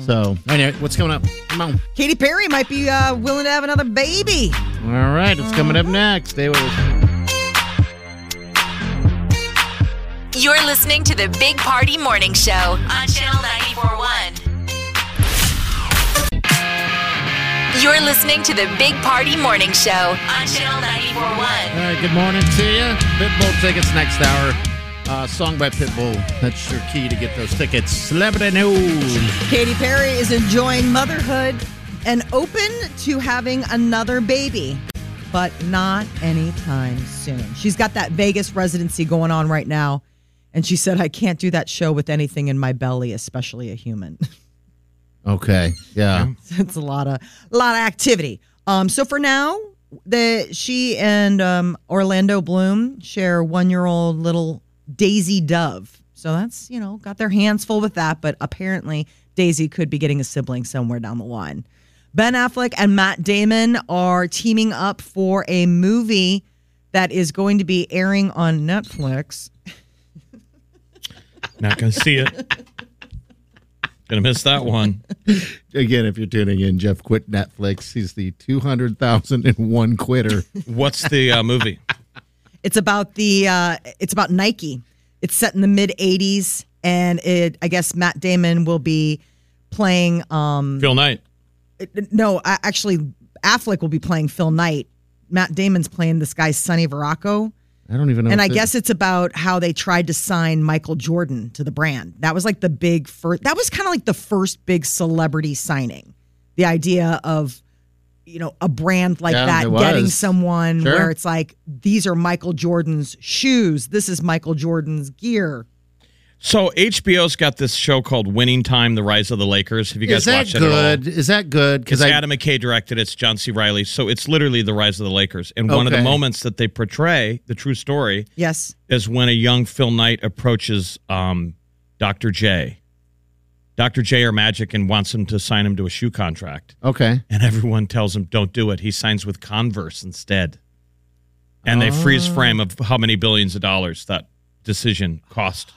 So, anyway, what's coming up? Come on.
Katy Perry might be uh, willing to have another baby.
All right, it's coming up next. Stay with us.
You're listening to the Big Party Morning Show on Channel 941. You're listening to the Big Party Morning Show on Channel 941.
All right, good morning to you. Pitbull tickets next hour. Uh, song by Pitbull. That's your key to get those tickets. Celebrity news.
Katy Perry is enjoying motherhood and open to having another baby, but not anytime soon. She's got that Vegas residency going on right now. And she said, I can't do that show with anything in my belly, especially a human.
Okay, yeah.
it's a lot of a lot of activity. Um, so for now, the she and um, Orlando Bloom share one year old little Daisy Dove. So that's you know got their hands full with that. But apparently Daisy could be getting a sibling somewhere down the line. Ben Affleck and Matt Damon are teaming up for a movie that is going to be airing on Netflix.
Not going to see it. Gonna miss that one.
Again, if you're tuning in, Jeff quit Netflix. He's the 200,001 quitter.
What's the uh, movie?
It's about the uh, it's about Nike. It's set in the mid '80s, and it I guess Matt Damon will be playing. Um,
Phil Knight.
no, a- actually, Affleck will be playing Phil Knight. Matt Damon's playing this guy Sonny Verrocco,
I don't even know.
and
if
I
it-
guess it's about how they tried to sign Michael Jordan to the brand. That was like the big first. That was kind of like the first big celebrity signing. The idea of you know a brand like
Yeah,
that
it
getting
was.
someone
Sure.
where it's like these are Michael Jordan's shoes. This is Michael Jordan's gear.
So HBO's got this show called Winning Time: The Rise of the Lakers. Have you guys
Is that
watched it at all?
good? Is that good?
Because
I.
Adam McKay directed it. It's John C. Riley. So it's literally the rise of the Lakers. And one of the
Okay.
moments that they portray the true story
Yes.
is when a young Phil Knight approaches um, Dr. J. Dr. J or Magic and wants him to sign him to a shoe contract.
okay.
And everyone tells him, don't do it. He signs with Converse instead. and they freeze frame of how many billions of dollars that decision cost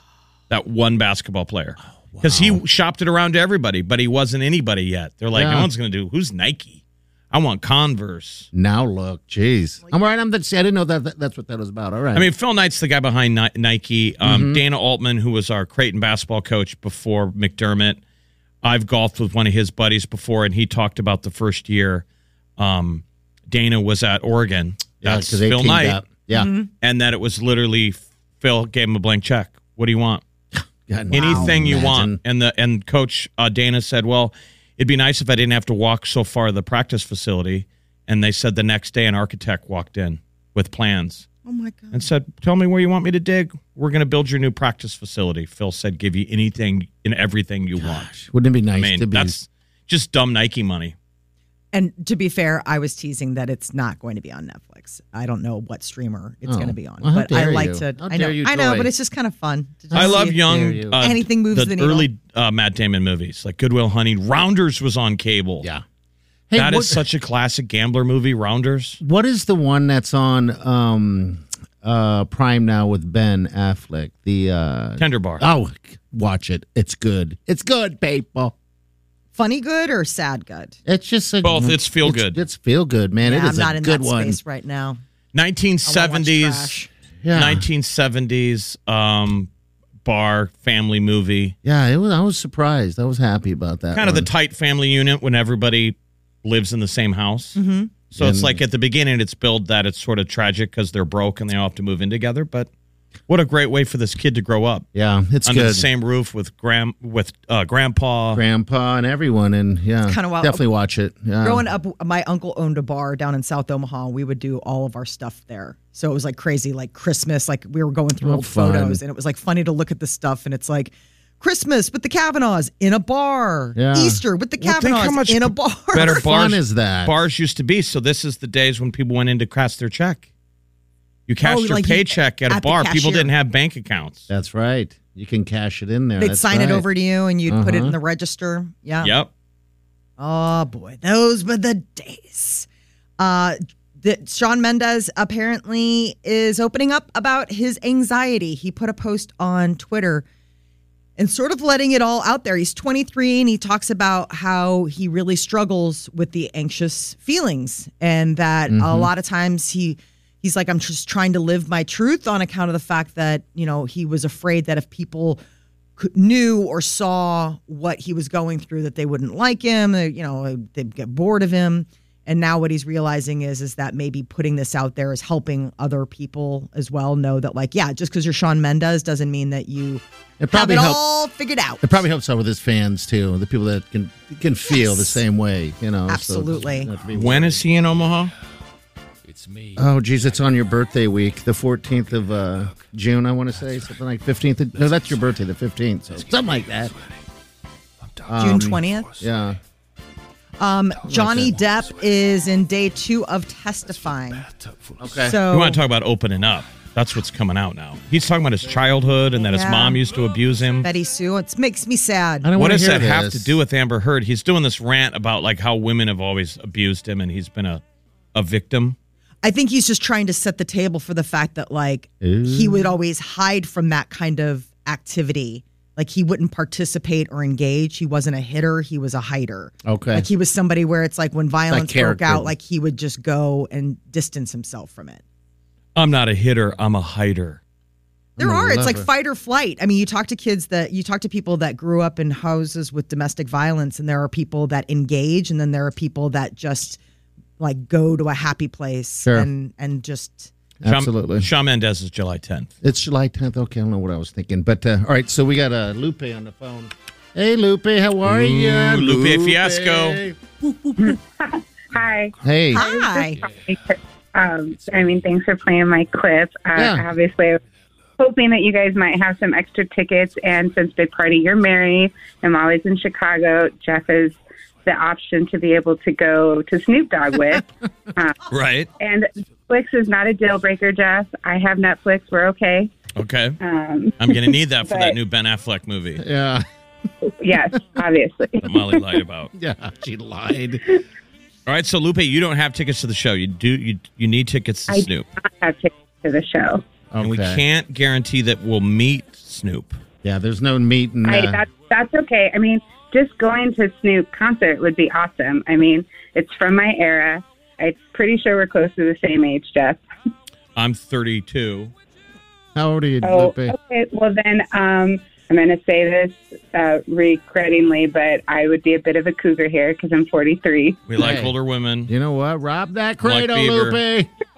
that one basketball player because he shopped it around to everybody, but he wasn't anybody yet. They're like,
Yeah.
no one's going to do. Who's Nike? I want Converse.
Now look, jeez. I'm all right. I'm the, see, I didn't know that, that that's what that was about. All right.
I mean, Phil Knight's the guy behind Ni- Nike. Um,
Mm-hmm.
Dana Altman, who was our Creighton basketball coach before McDermott, I've golfed with one of his buddies before, and he talked about the first year. Um, Dana was at Oregon.
yeah,
That's
because they
Phil
teamed
Knight,
up. Yeah.
Mm-hmm.
and that it was literally Phil gave him a blank check. What do you want?
God,
Anything you
imagine.
want. And the and Coach uh, Dana said, "Well, it'd be nice if I didn't have to walk so far to the practice facility." And they said the next day, an architect walked in with plans
Oh my god.
and said, "Tell me where you want me to dig. We're going to build your new practice facility." Phil said, "Give you anything and everything you want."
Wouldn't it be nice
I mean,
to be?
that's just dumb Nike money.
And to be fair, I was teasing that it's not going to be on Netflix. I don't know what streamer it's
Oh,
going to be on,
well, how
but I
dare
like
you.
to.
How
I know,
dare you,
I know,
Joy.
but it's just kind of fun. To just
I love
see it.
young
you.
uh,
Anything moves the needle.
early uh, Matt Damon movies like Goodwill Hunting. Rounders was on cable.
yeah. Hey,
that is
what-
such a classic gambler movie. Rounders.
What is the one that's on um uh Prime now with Ben Affleck? The uh
Tender Bar.
Oh, watch it. It's good. It's good, people.
Funny good or sad good?
It's just a,
Both. It's feel
it's-
good.
It's feel good, man. it
Yeah,
is
I'm not
a
in
good
that
one.
space right now. I wanna watch
1970s.
trash.
Yeah.
1970s um, bar family movie.
yeah, it was. I was surprised. I was happy about that.
kind of the
one.
tight family unit when everybody lives in the same house. Mm-hmm. So it's
And-
like at the beginning, it's built that it's sort of tragic because they're broke and they all have to move in together. But what a great way for this kid to grow up
yeah, it's
under
good.
the same roof with gram with uh, grandpa.
Grandpa and everyone, and yeah,
It's kinda wild.
definitely watch it. Yeah.
Growing up, my uncle owned a bar down in South Omaha. We would do all of our stuff there. So it was like crazy, like Christmas. Like we were going through
Oh,
old
fun.
photos, and it was like funny to look at the stuff. And it's like Christmas with the Kavanaughs in a bar,
Yeah.
Easter with the
Well,
Kavanaughs
think how much
in a
b-
bar.
better
How
bars,
fun is that?
Bars used to be. So this is the days when people went in to cash their check. You cashed your
Oh, like you-
paycheck at a
at the
bar. People
cashier.
didn't have bank accounts.
That's right. You can cash it in there.
They'd
That's
sign
right.
it over to you, and you'd put it
Uh-huh.
in the register. Yeah.
Yep.
Oh boy, those were the days. Uh, the, Sean Mendez apparently is opening up about his anxiety. He put a post on Twitter and sort of letting it all out there. He's 23 and he talks about how he really struggles with the anxious feelings and that a lot of times he he's like I'm just trying to live my truth on account of the fact that, you know, he was afraid that if people could- knew or saw what he was going through that they wouldn't like him, uh, you know, they'd get bored of him. And now what he's realizing is is that maybe putting this out there is helping other people as well know that like yeah, just cuz you're Sean Mendez doesn't mean that you
It probably
have it
helped.
all figured out.
It probably helps out with his fans too, the people that can can feel the same way, you know. so it's
Absolutely.
not to be
When is he in Omaha?
Oh, geez, it's on your birthday week, the 14th of uh, June, I want to say, something like 15th. Of, no, that's your birthday, the 15th. So something like that. Um,
June 20th.
Yeah.
Um, Johnny Depp is in day two of testifying.
Okay.
So
You want to talk about opening up? That's what's coming out now. He's talking about his childhood and that his
Yeah.
mom used to abuse him.
Betty Sue, it makes me sad.
I don't
What
wanna
does
hear
that have
this.
to do with Amber Heard? He's doing this rant about like how women have always abused him and he's been a, a victim.
I think he's just trying to set the table for the fact that like he would always hide from that kind of activity. Like he wouldn't participate or engage. He wasn't a hitter. He was a hider.
Okay.
Like he was somebody where it's like when violence broke
character.
out, like he would just go and distance himself from it.
I'm not a hitter. I'm a hider.
There
I'm a
are. It's like
lover.
fight or flight. I mean, you talk to kids that you talk to people that grew up in houses with domestic violence, and there are people that engage, and then there are people that just like go to a happy place
Sure.
and and just
Shawn-
Absolutely.
Shawn Mendes is July 10th.
It's July 10th. Okay, I don't know what I was thinking. But uh, all right, so we got uh, Lupe on the phone. Hey, Lupe, how are you?
Ooh, Lupe Fiasco.
Hi.
Hey.
hi.
Um, I mean, thanks for playing my clip. Uh,
Yeah.
Obviously, I was hoping that you guys might have some extra tickets. And since Big Party, you're married, and Molly's in Chicago, Jeff is the option to be able to go to Snoop Dogg with.
Right.
and Netflix is not a deal breaker, Jeff. I have Netflix. We're okay.
Okay.
Um,
I'm going to need that for that
But-
new Ben Affleck movie
Yeah.
yes, obviously.
that Molly lied about.
Yeah, she lied.
All right, so Lupe, you don't have tickets to the show. You do you you need tickets to
I
Snoop.
do not have tickets to the show.
And we can't guarantee that we'll meet Snoop.
Yeah, there's no meeting. uh,
I, that's that's okay. I mean, just going to Snoop concert would be awesome. I mean, it's from my era. I'm pretty sure we're close to the same age, Jeff.
I'm 32.
How old are you,
Oh, okay. Well, then um, I'm going to say this uh, regrettingly, but I would be a bit of a cougar here because I'm 43.
We like
Hey.
older women.
You know what? Rob that
Like
cradle,
Bieber.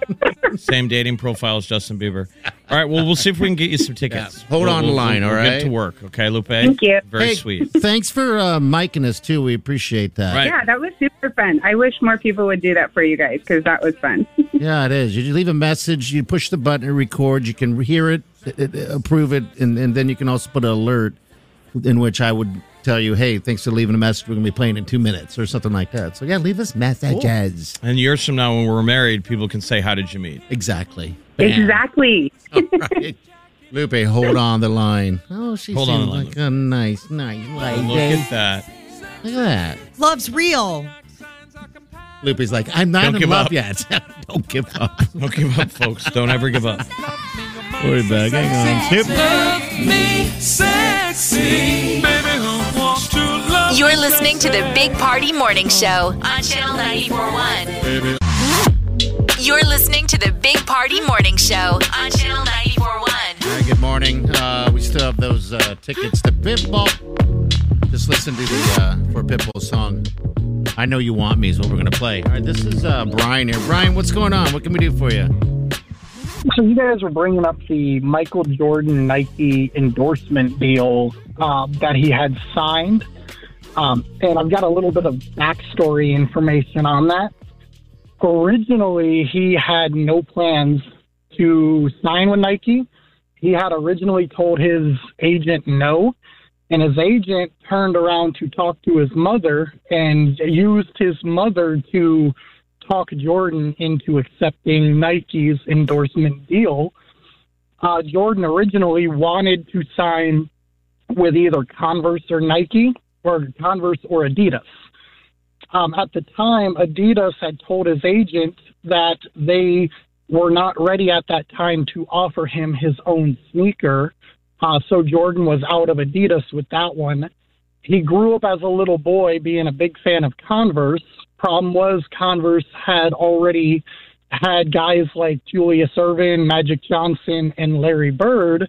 Lupe.
Same dating profile as Justin Bieber. All right, well, we'll see if we can get you some tickets.
Yeah, hold
We'll-
on
we'll-
the line,
we'll
all
Get
right?
to work, okay, Lupe?
Thank you.
Very
Hey,
sweet.
Thanks for uh, miking us too. We appreciate that.
Right.
Yeah, that was super fun. I wish more people would do that for you guys because that was fun.
Yeah, it is. You leave a message, you push the button, it records, you can hear it, it, it- approve it, and, and then you can also put an alert in which I would tell you, hey, thanks for leaving a message. We're going to be playing in two minutes or something like that. So, yeah, leave us messages.
And years from now, when we're married, people can say, "How did you meet?"
Exactly.
Exactly.
Right. Lupe, hold on the line. Oh, she
Hold on
seems
the line,
like a nice, nice lady.
Look at that.
Look at that.
Love's real.
Lupe's like, I'm not
Don't
in
give
love
up.
yet. Don't give up.
Don't give up, folks. Don't ever give up.
We're back. Hang on. Snoop.
Sexy, baby, who wants to love
You're listening to the Big Party Morning Show on Channel 941. You're listening to the Big Party Morning Show on Channel 941.
All right, good morning. Uh, we still have those uh, tickets to Pitbull. Just listen to the uh, for Pitbull song. I know you want me is what we're gonna play. All right, this is uh, Brian here. Brian, what's going on? What can we do for you?
So you guys were bringing up the Michael Jordan Nike endorsement deal um, that he had signed, um, and I've got a little bit of backstory information on that. Originally, he had no plans to sign with Nike. He had originally told his agent no, and his agent turned around to talk to his mother and used his mother to talk Jordan into accepting Nike's endorsement deal. Uh, Jordan originally wanted to sign with either Converse or Nike, or Converse or Adidas. Um, at the time, Adidas had told his agent that they were not ready at that time to offer him his own sneaker. Uh, so Jordan was out of Adidas with that one. He grew up as a little boy being a big fan of Converse. Problem was, Converse had already had guys like Julius Irvin, Magic Johnson, and Larry Bird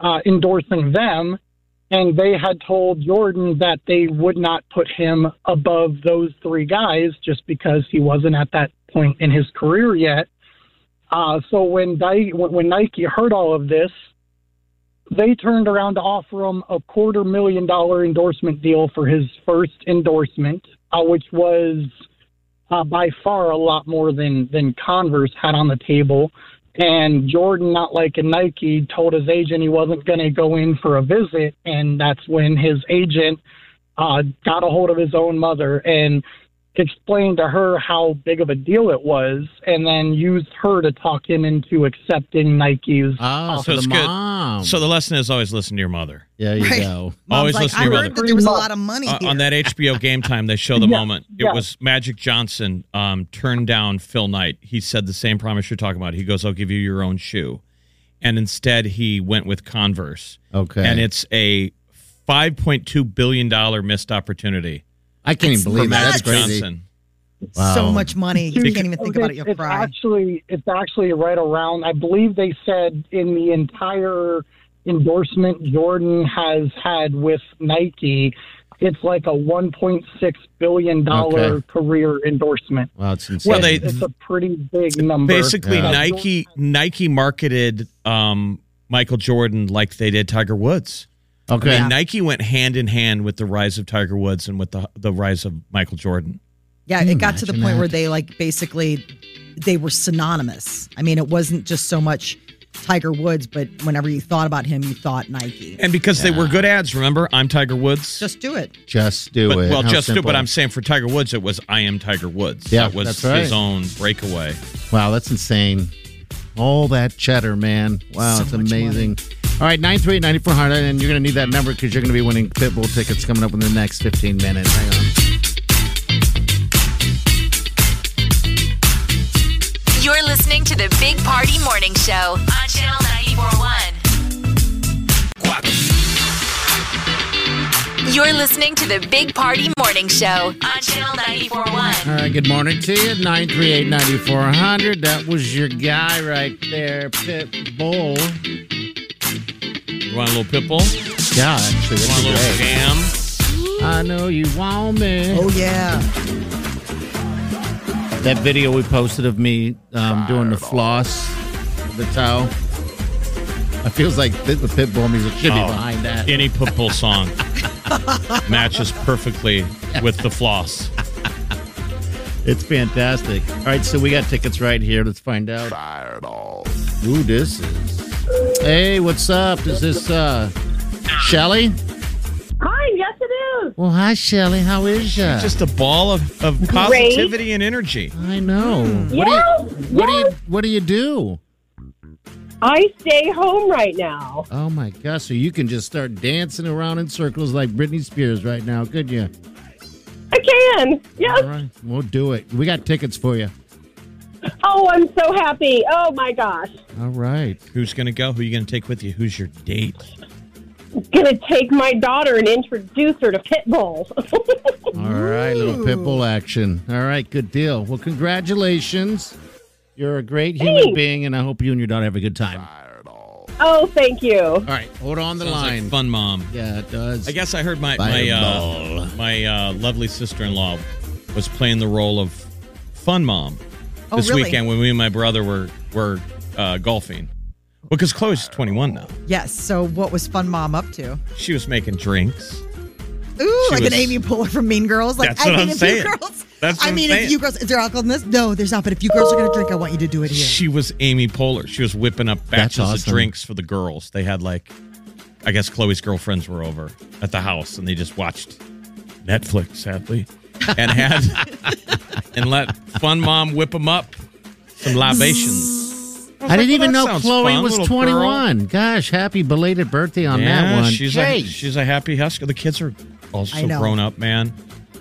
uh, endorsing them. And they had told Jordan that they would not put him above those three guys just because he wasn't at that point in his career yet. Uh, so when, Di- when when Nike heard all of this, they turned around to offer him a quarter million dollar endorsement deal for his first endorsement, uh, which was uh, by far a lot more than than Converse had on the table. And Jordan, not like a Nike, told his agent he wasn't going to go in for a visit, and that's when his agent uh, got a hold of his own mother and explained to her how big of a deal it was, and then used her to talk him into accepting Nike's
Ah,
So
so,
Oh, it's
the
good.
mom.
So the lesson is always listen to your mother.
yeah, you
Right.
go.
Always
Mom's like,
listen to
I
your
heard
mother.
that there was a lot of money
Uh,
here.
on that HBO game time, they show the
Yeah,
moment.
yeah.
It was Magic Johnson um, turned down Phil Knight. He said the same promise you're talking about. He goes, "I'll give you your own shoe," and instead he went with Converse,
Okay.
and it's a 5.2 billion dollar missed opportunity.
I can't even
It's
believe that. That's
Magic
crazy.
Johnson.
So
Wow.
much money. You
Dude,
can't even think about it. You'll
it's
cry.
Actually, it's actually right around. I believe they said in the entire endorsement Jordan has had with Nike, it's like a 1.6 billion dollar
Okay.
career endorsement.
Wow, it's insane.
Well, they-
It's a pretty big number.
Basically,
Yeah.
Nike Nike marketed um, Michael Jordan like they did Tiger Woods. I
okay.
mean, Nike went hand in hand with the rise of Tiger Woods and with the the rise of Michael Jordan.
Yeah,
Can you
it got to the
imagine
point where
that?
they like basically they were synonymous. I mean, it wasn't just so much Tiger Woods, but whenever you thought about him, you thought Nike.
And because they were good ads, remember? I'm Tiger Woods.
Just do it.
just do
but,
it.
Well,
How
just do.
simple.
But I'm saying for Tiger Woods, it was I am Tiger Woods.
Yeah,
that was
that's right.
his own breakaway.
Wow, that's insane. All that cheddar, man. Wow,
So
it's
much
amazing. All right, 938 9400, and you're going to need that number because you're going to be winning Pitbull tickets coming up in the next 15 minutes. Hang on.
listening to the Big Party Morning Show on Channel 941. You're listening to the Big Party Morning Show on Channel 941.
All right, good morning to you. 938 9400. That was your guy right there, Pit Bull.
You want a little pit bull?
Yeah, actually.
You want a little jam?
I know you want me.
Oh, yeah.
That video we posted of me um, doing the floss, the towel. It feels like the the pit bull music should be
Oh,
behind that.
Any Pitbull song matches perfectly with the floss.
It's fantastic. All right, so we got tickets right here. Let's find out. Fireball. Ooh, this is. Hey, what's up? Is this uh Shelly?
Hi, yes it is.
Well, hi Shelly. How is ya?
It's just a ball of, of
Great.
positivity and energy.
I know. What do you what do you what do you do?
I stay home right now.
Oh my gosh, so you can just start dancing around in circles like Britney Spears right now, could you?
I can.
Oh.
Yes.
All right. We'll do it. We got tickets for you.
Oh, I'm so happy. Oh my gosh.
All right.
Who's going to go? Who are you going to take with you? Who's your date?
Gonna take my daughter and introduce her to Pitbull.
All right, little pit bull action. All right, good deal. Well, congratulations. You're a great human
Thanks.
being, and I hope you and your daughter have a good time.
oh, thank you. All
right. Hold on the
Sounds like
line.
fun mom.
Yeah, it does.
I guess I heard my my uh, my uh, lovely sister in law was playing the role of fun mom
Oh,
this
really?
weekend when me and my brother were were uh, golfing. Well, because Chloe's twenty one now.
Yes. So, what was Fun Mom up to?
She was making drinks.
Ooh,
She
like
was-
an Amy Poehler from Mean Girls. Like
That's
I
what
mean,
I'm
if
saying.
you girls,
That's what
I
I'm
mean,
saying.
if you girls, is there alcohol in this? No, there's not. But if you girls are gonna drink, I want you to do it here.
She was Amy Poehler. She was whipping up
That's
batches
awesome.
of drinks for the girls. They had like, I guess Chloe's girlfriends were over at the house and they just watched Netflix, sadly, and had and let fun mom whip them up some libations. was
I didn't
like,
even know
well, that sounds
Chloe
fun,
was
little
21. Gosh, happy belated birthday on
yeah,
that one.
she's
Jay.
like she's a happy husker. The kids are
I
also
know.
grown up, man.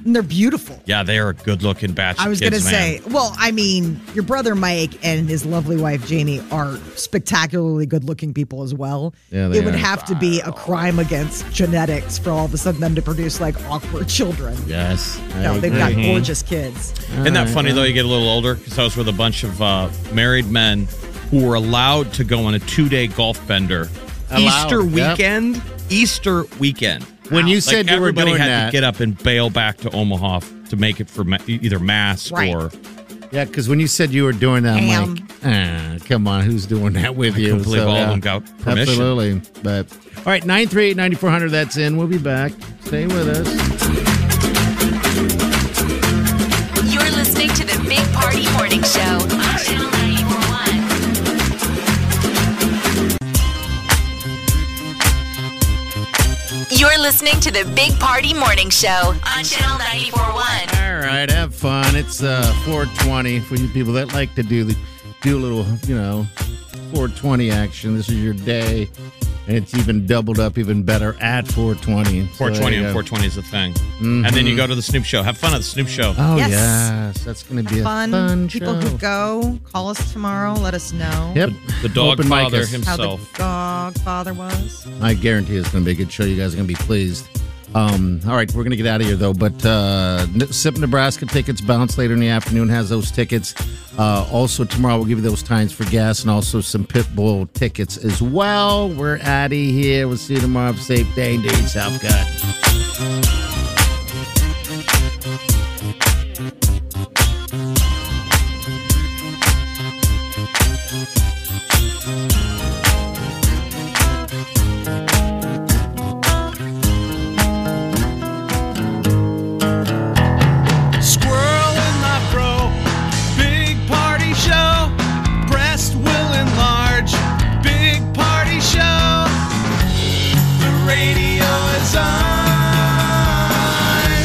And they're beautiful.
Yeah, they are a good looking batch.
I
of
was
kids,
gonna
man.
say. Well, I mean, your brother Mike and his lovely wife Jamie are spectacularly good-looking people as well.
Yeah, they
it would
are.
have to be a crime against genetics for all of a sudden them to produce like awkward children.
yes. I
No, they've got
agree.
Mhm.
gorgeous kids.
Isn't
Mm-hmm.
that funny though? You get a little older because I was with a bunch of uh, married men who were allowed to go on a two-day golf bender,
Allowed,
Easter
yep.
weekend, Easter weekend.
When you
Like,
said you were
everybody
doing
had
that,
to get up and bail back to Omaha f- to make it for ma- e- either mass
Right.
or
yeah, because when you said you were doing that, I'm
Am.
like, ah, come on, who's doing that with
I
you?
couldn't believe all of them got permission.
Absolutely, but all right, nine three eight ninety four hundred. That's in. We'll be back. Stay with us.
You're listening to the Big Party Morning Show on Channel 941. You're listening to the Big Party Morning Show on Channel 941.
All right, have fun. It's uh four twenty for you people that like to do the do a little, you know, four twenty action. This is your day, and it's even doubled up, even better at four twenty.
420 and 420 is the thing. And
Mm-hmm.
then you go to the Snoop Show. Have fun at the Snoop Show.
Oh
Yes.
yes, that's going to be
Fun.
a fun
People
show.
who go, call us tomorrow. Let us know.
Yep,
The dog
Open mic
father
is-
How the
himself.
dog father was.
I guarantee it's going to be a good show. You guys are going to be pleased. Um, all right, we're going to get out of here though. But uh, N- SIP Nebraska tickets bounce later in the afternoon. Has those tickets. Uh, also tomorrow we'll give you those times for gas and also some pit bull tickets as well. We're out of here. We'll see you tomorrow. Have a safe day, indeed. South God.
Squirrel in my fro. Big party show. Breast will enlarge. Big party show. The radio is on.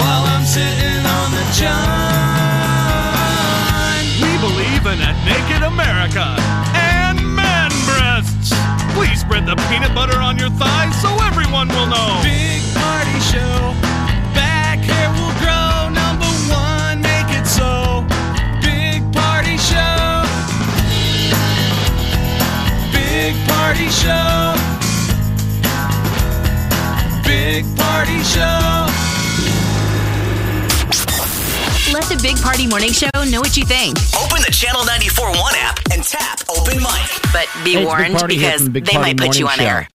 While I'm sitting on the john.
We believe in a naked America and man breasts. Please spread the peanut butter on your thighs so everyone will know.
Big party show. Back hair will grow. Number one.
Show.
Let the Big Party Morning Show know what you think.
Open the Channel 941 app and tap Open Mic.
But be
Hey, it's Big
warned
Party here
because
from Big
they
Party
might put
Morning
you on
Show.
air.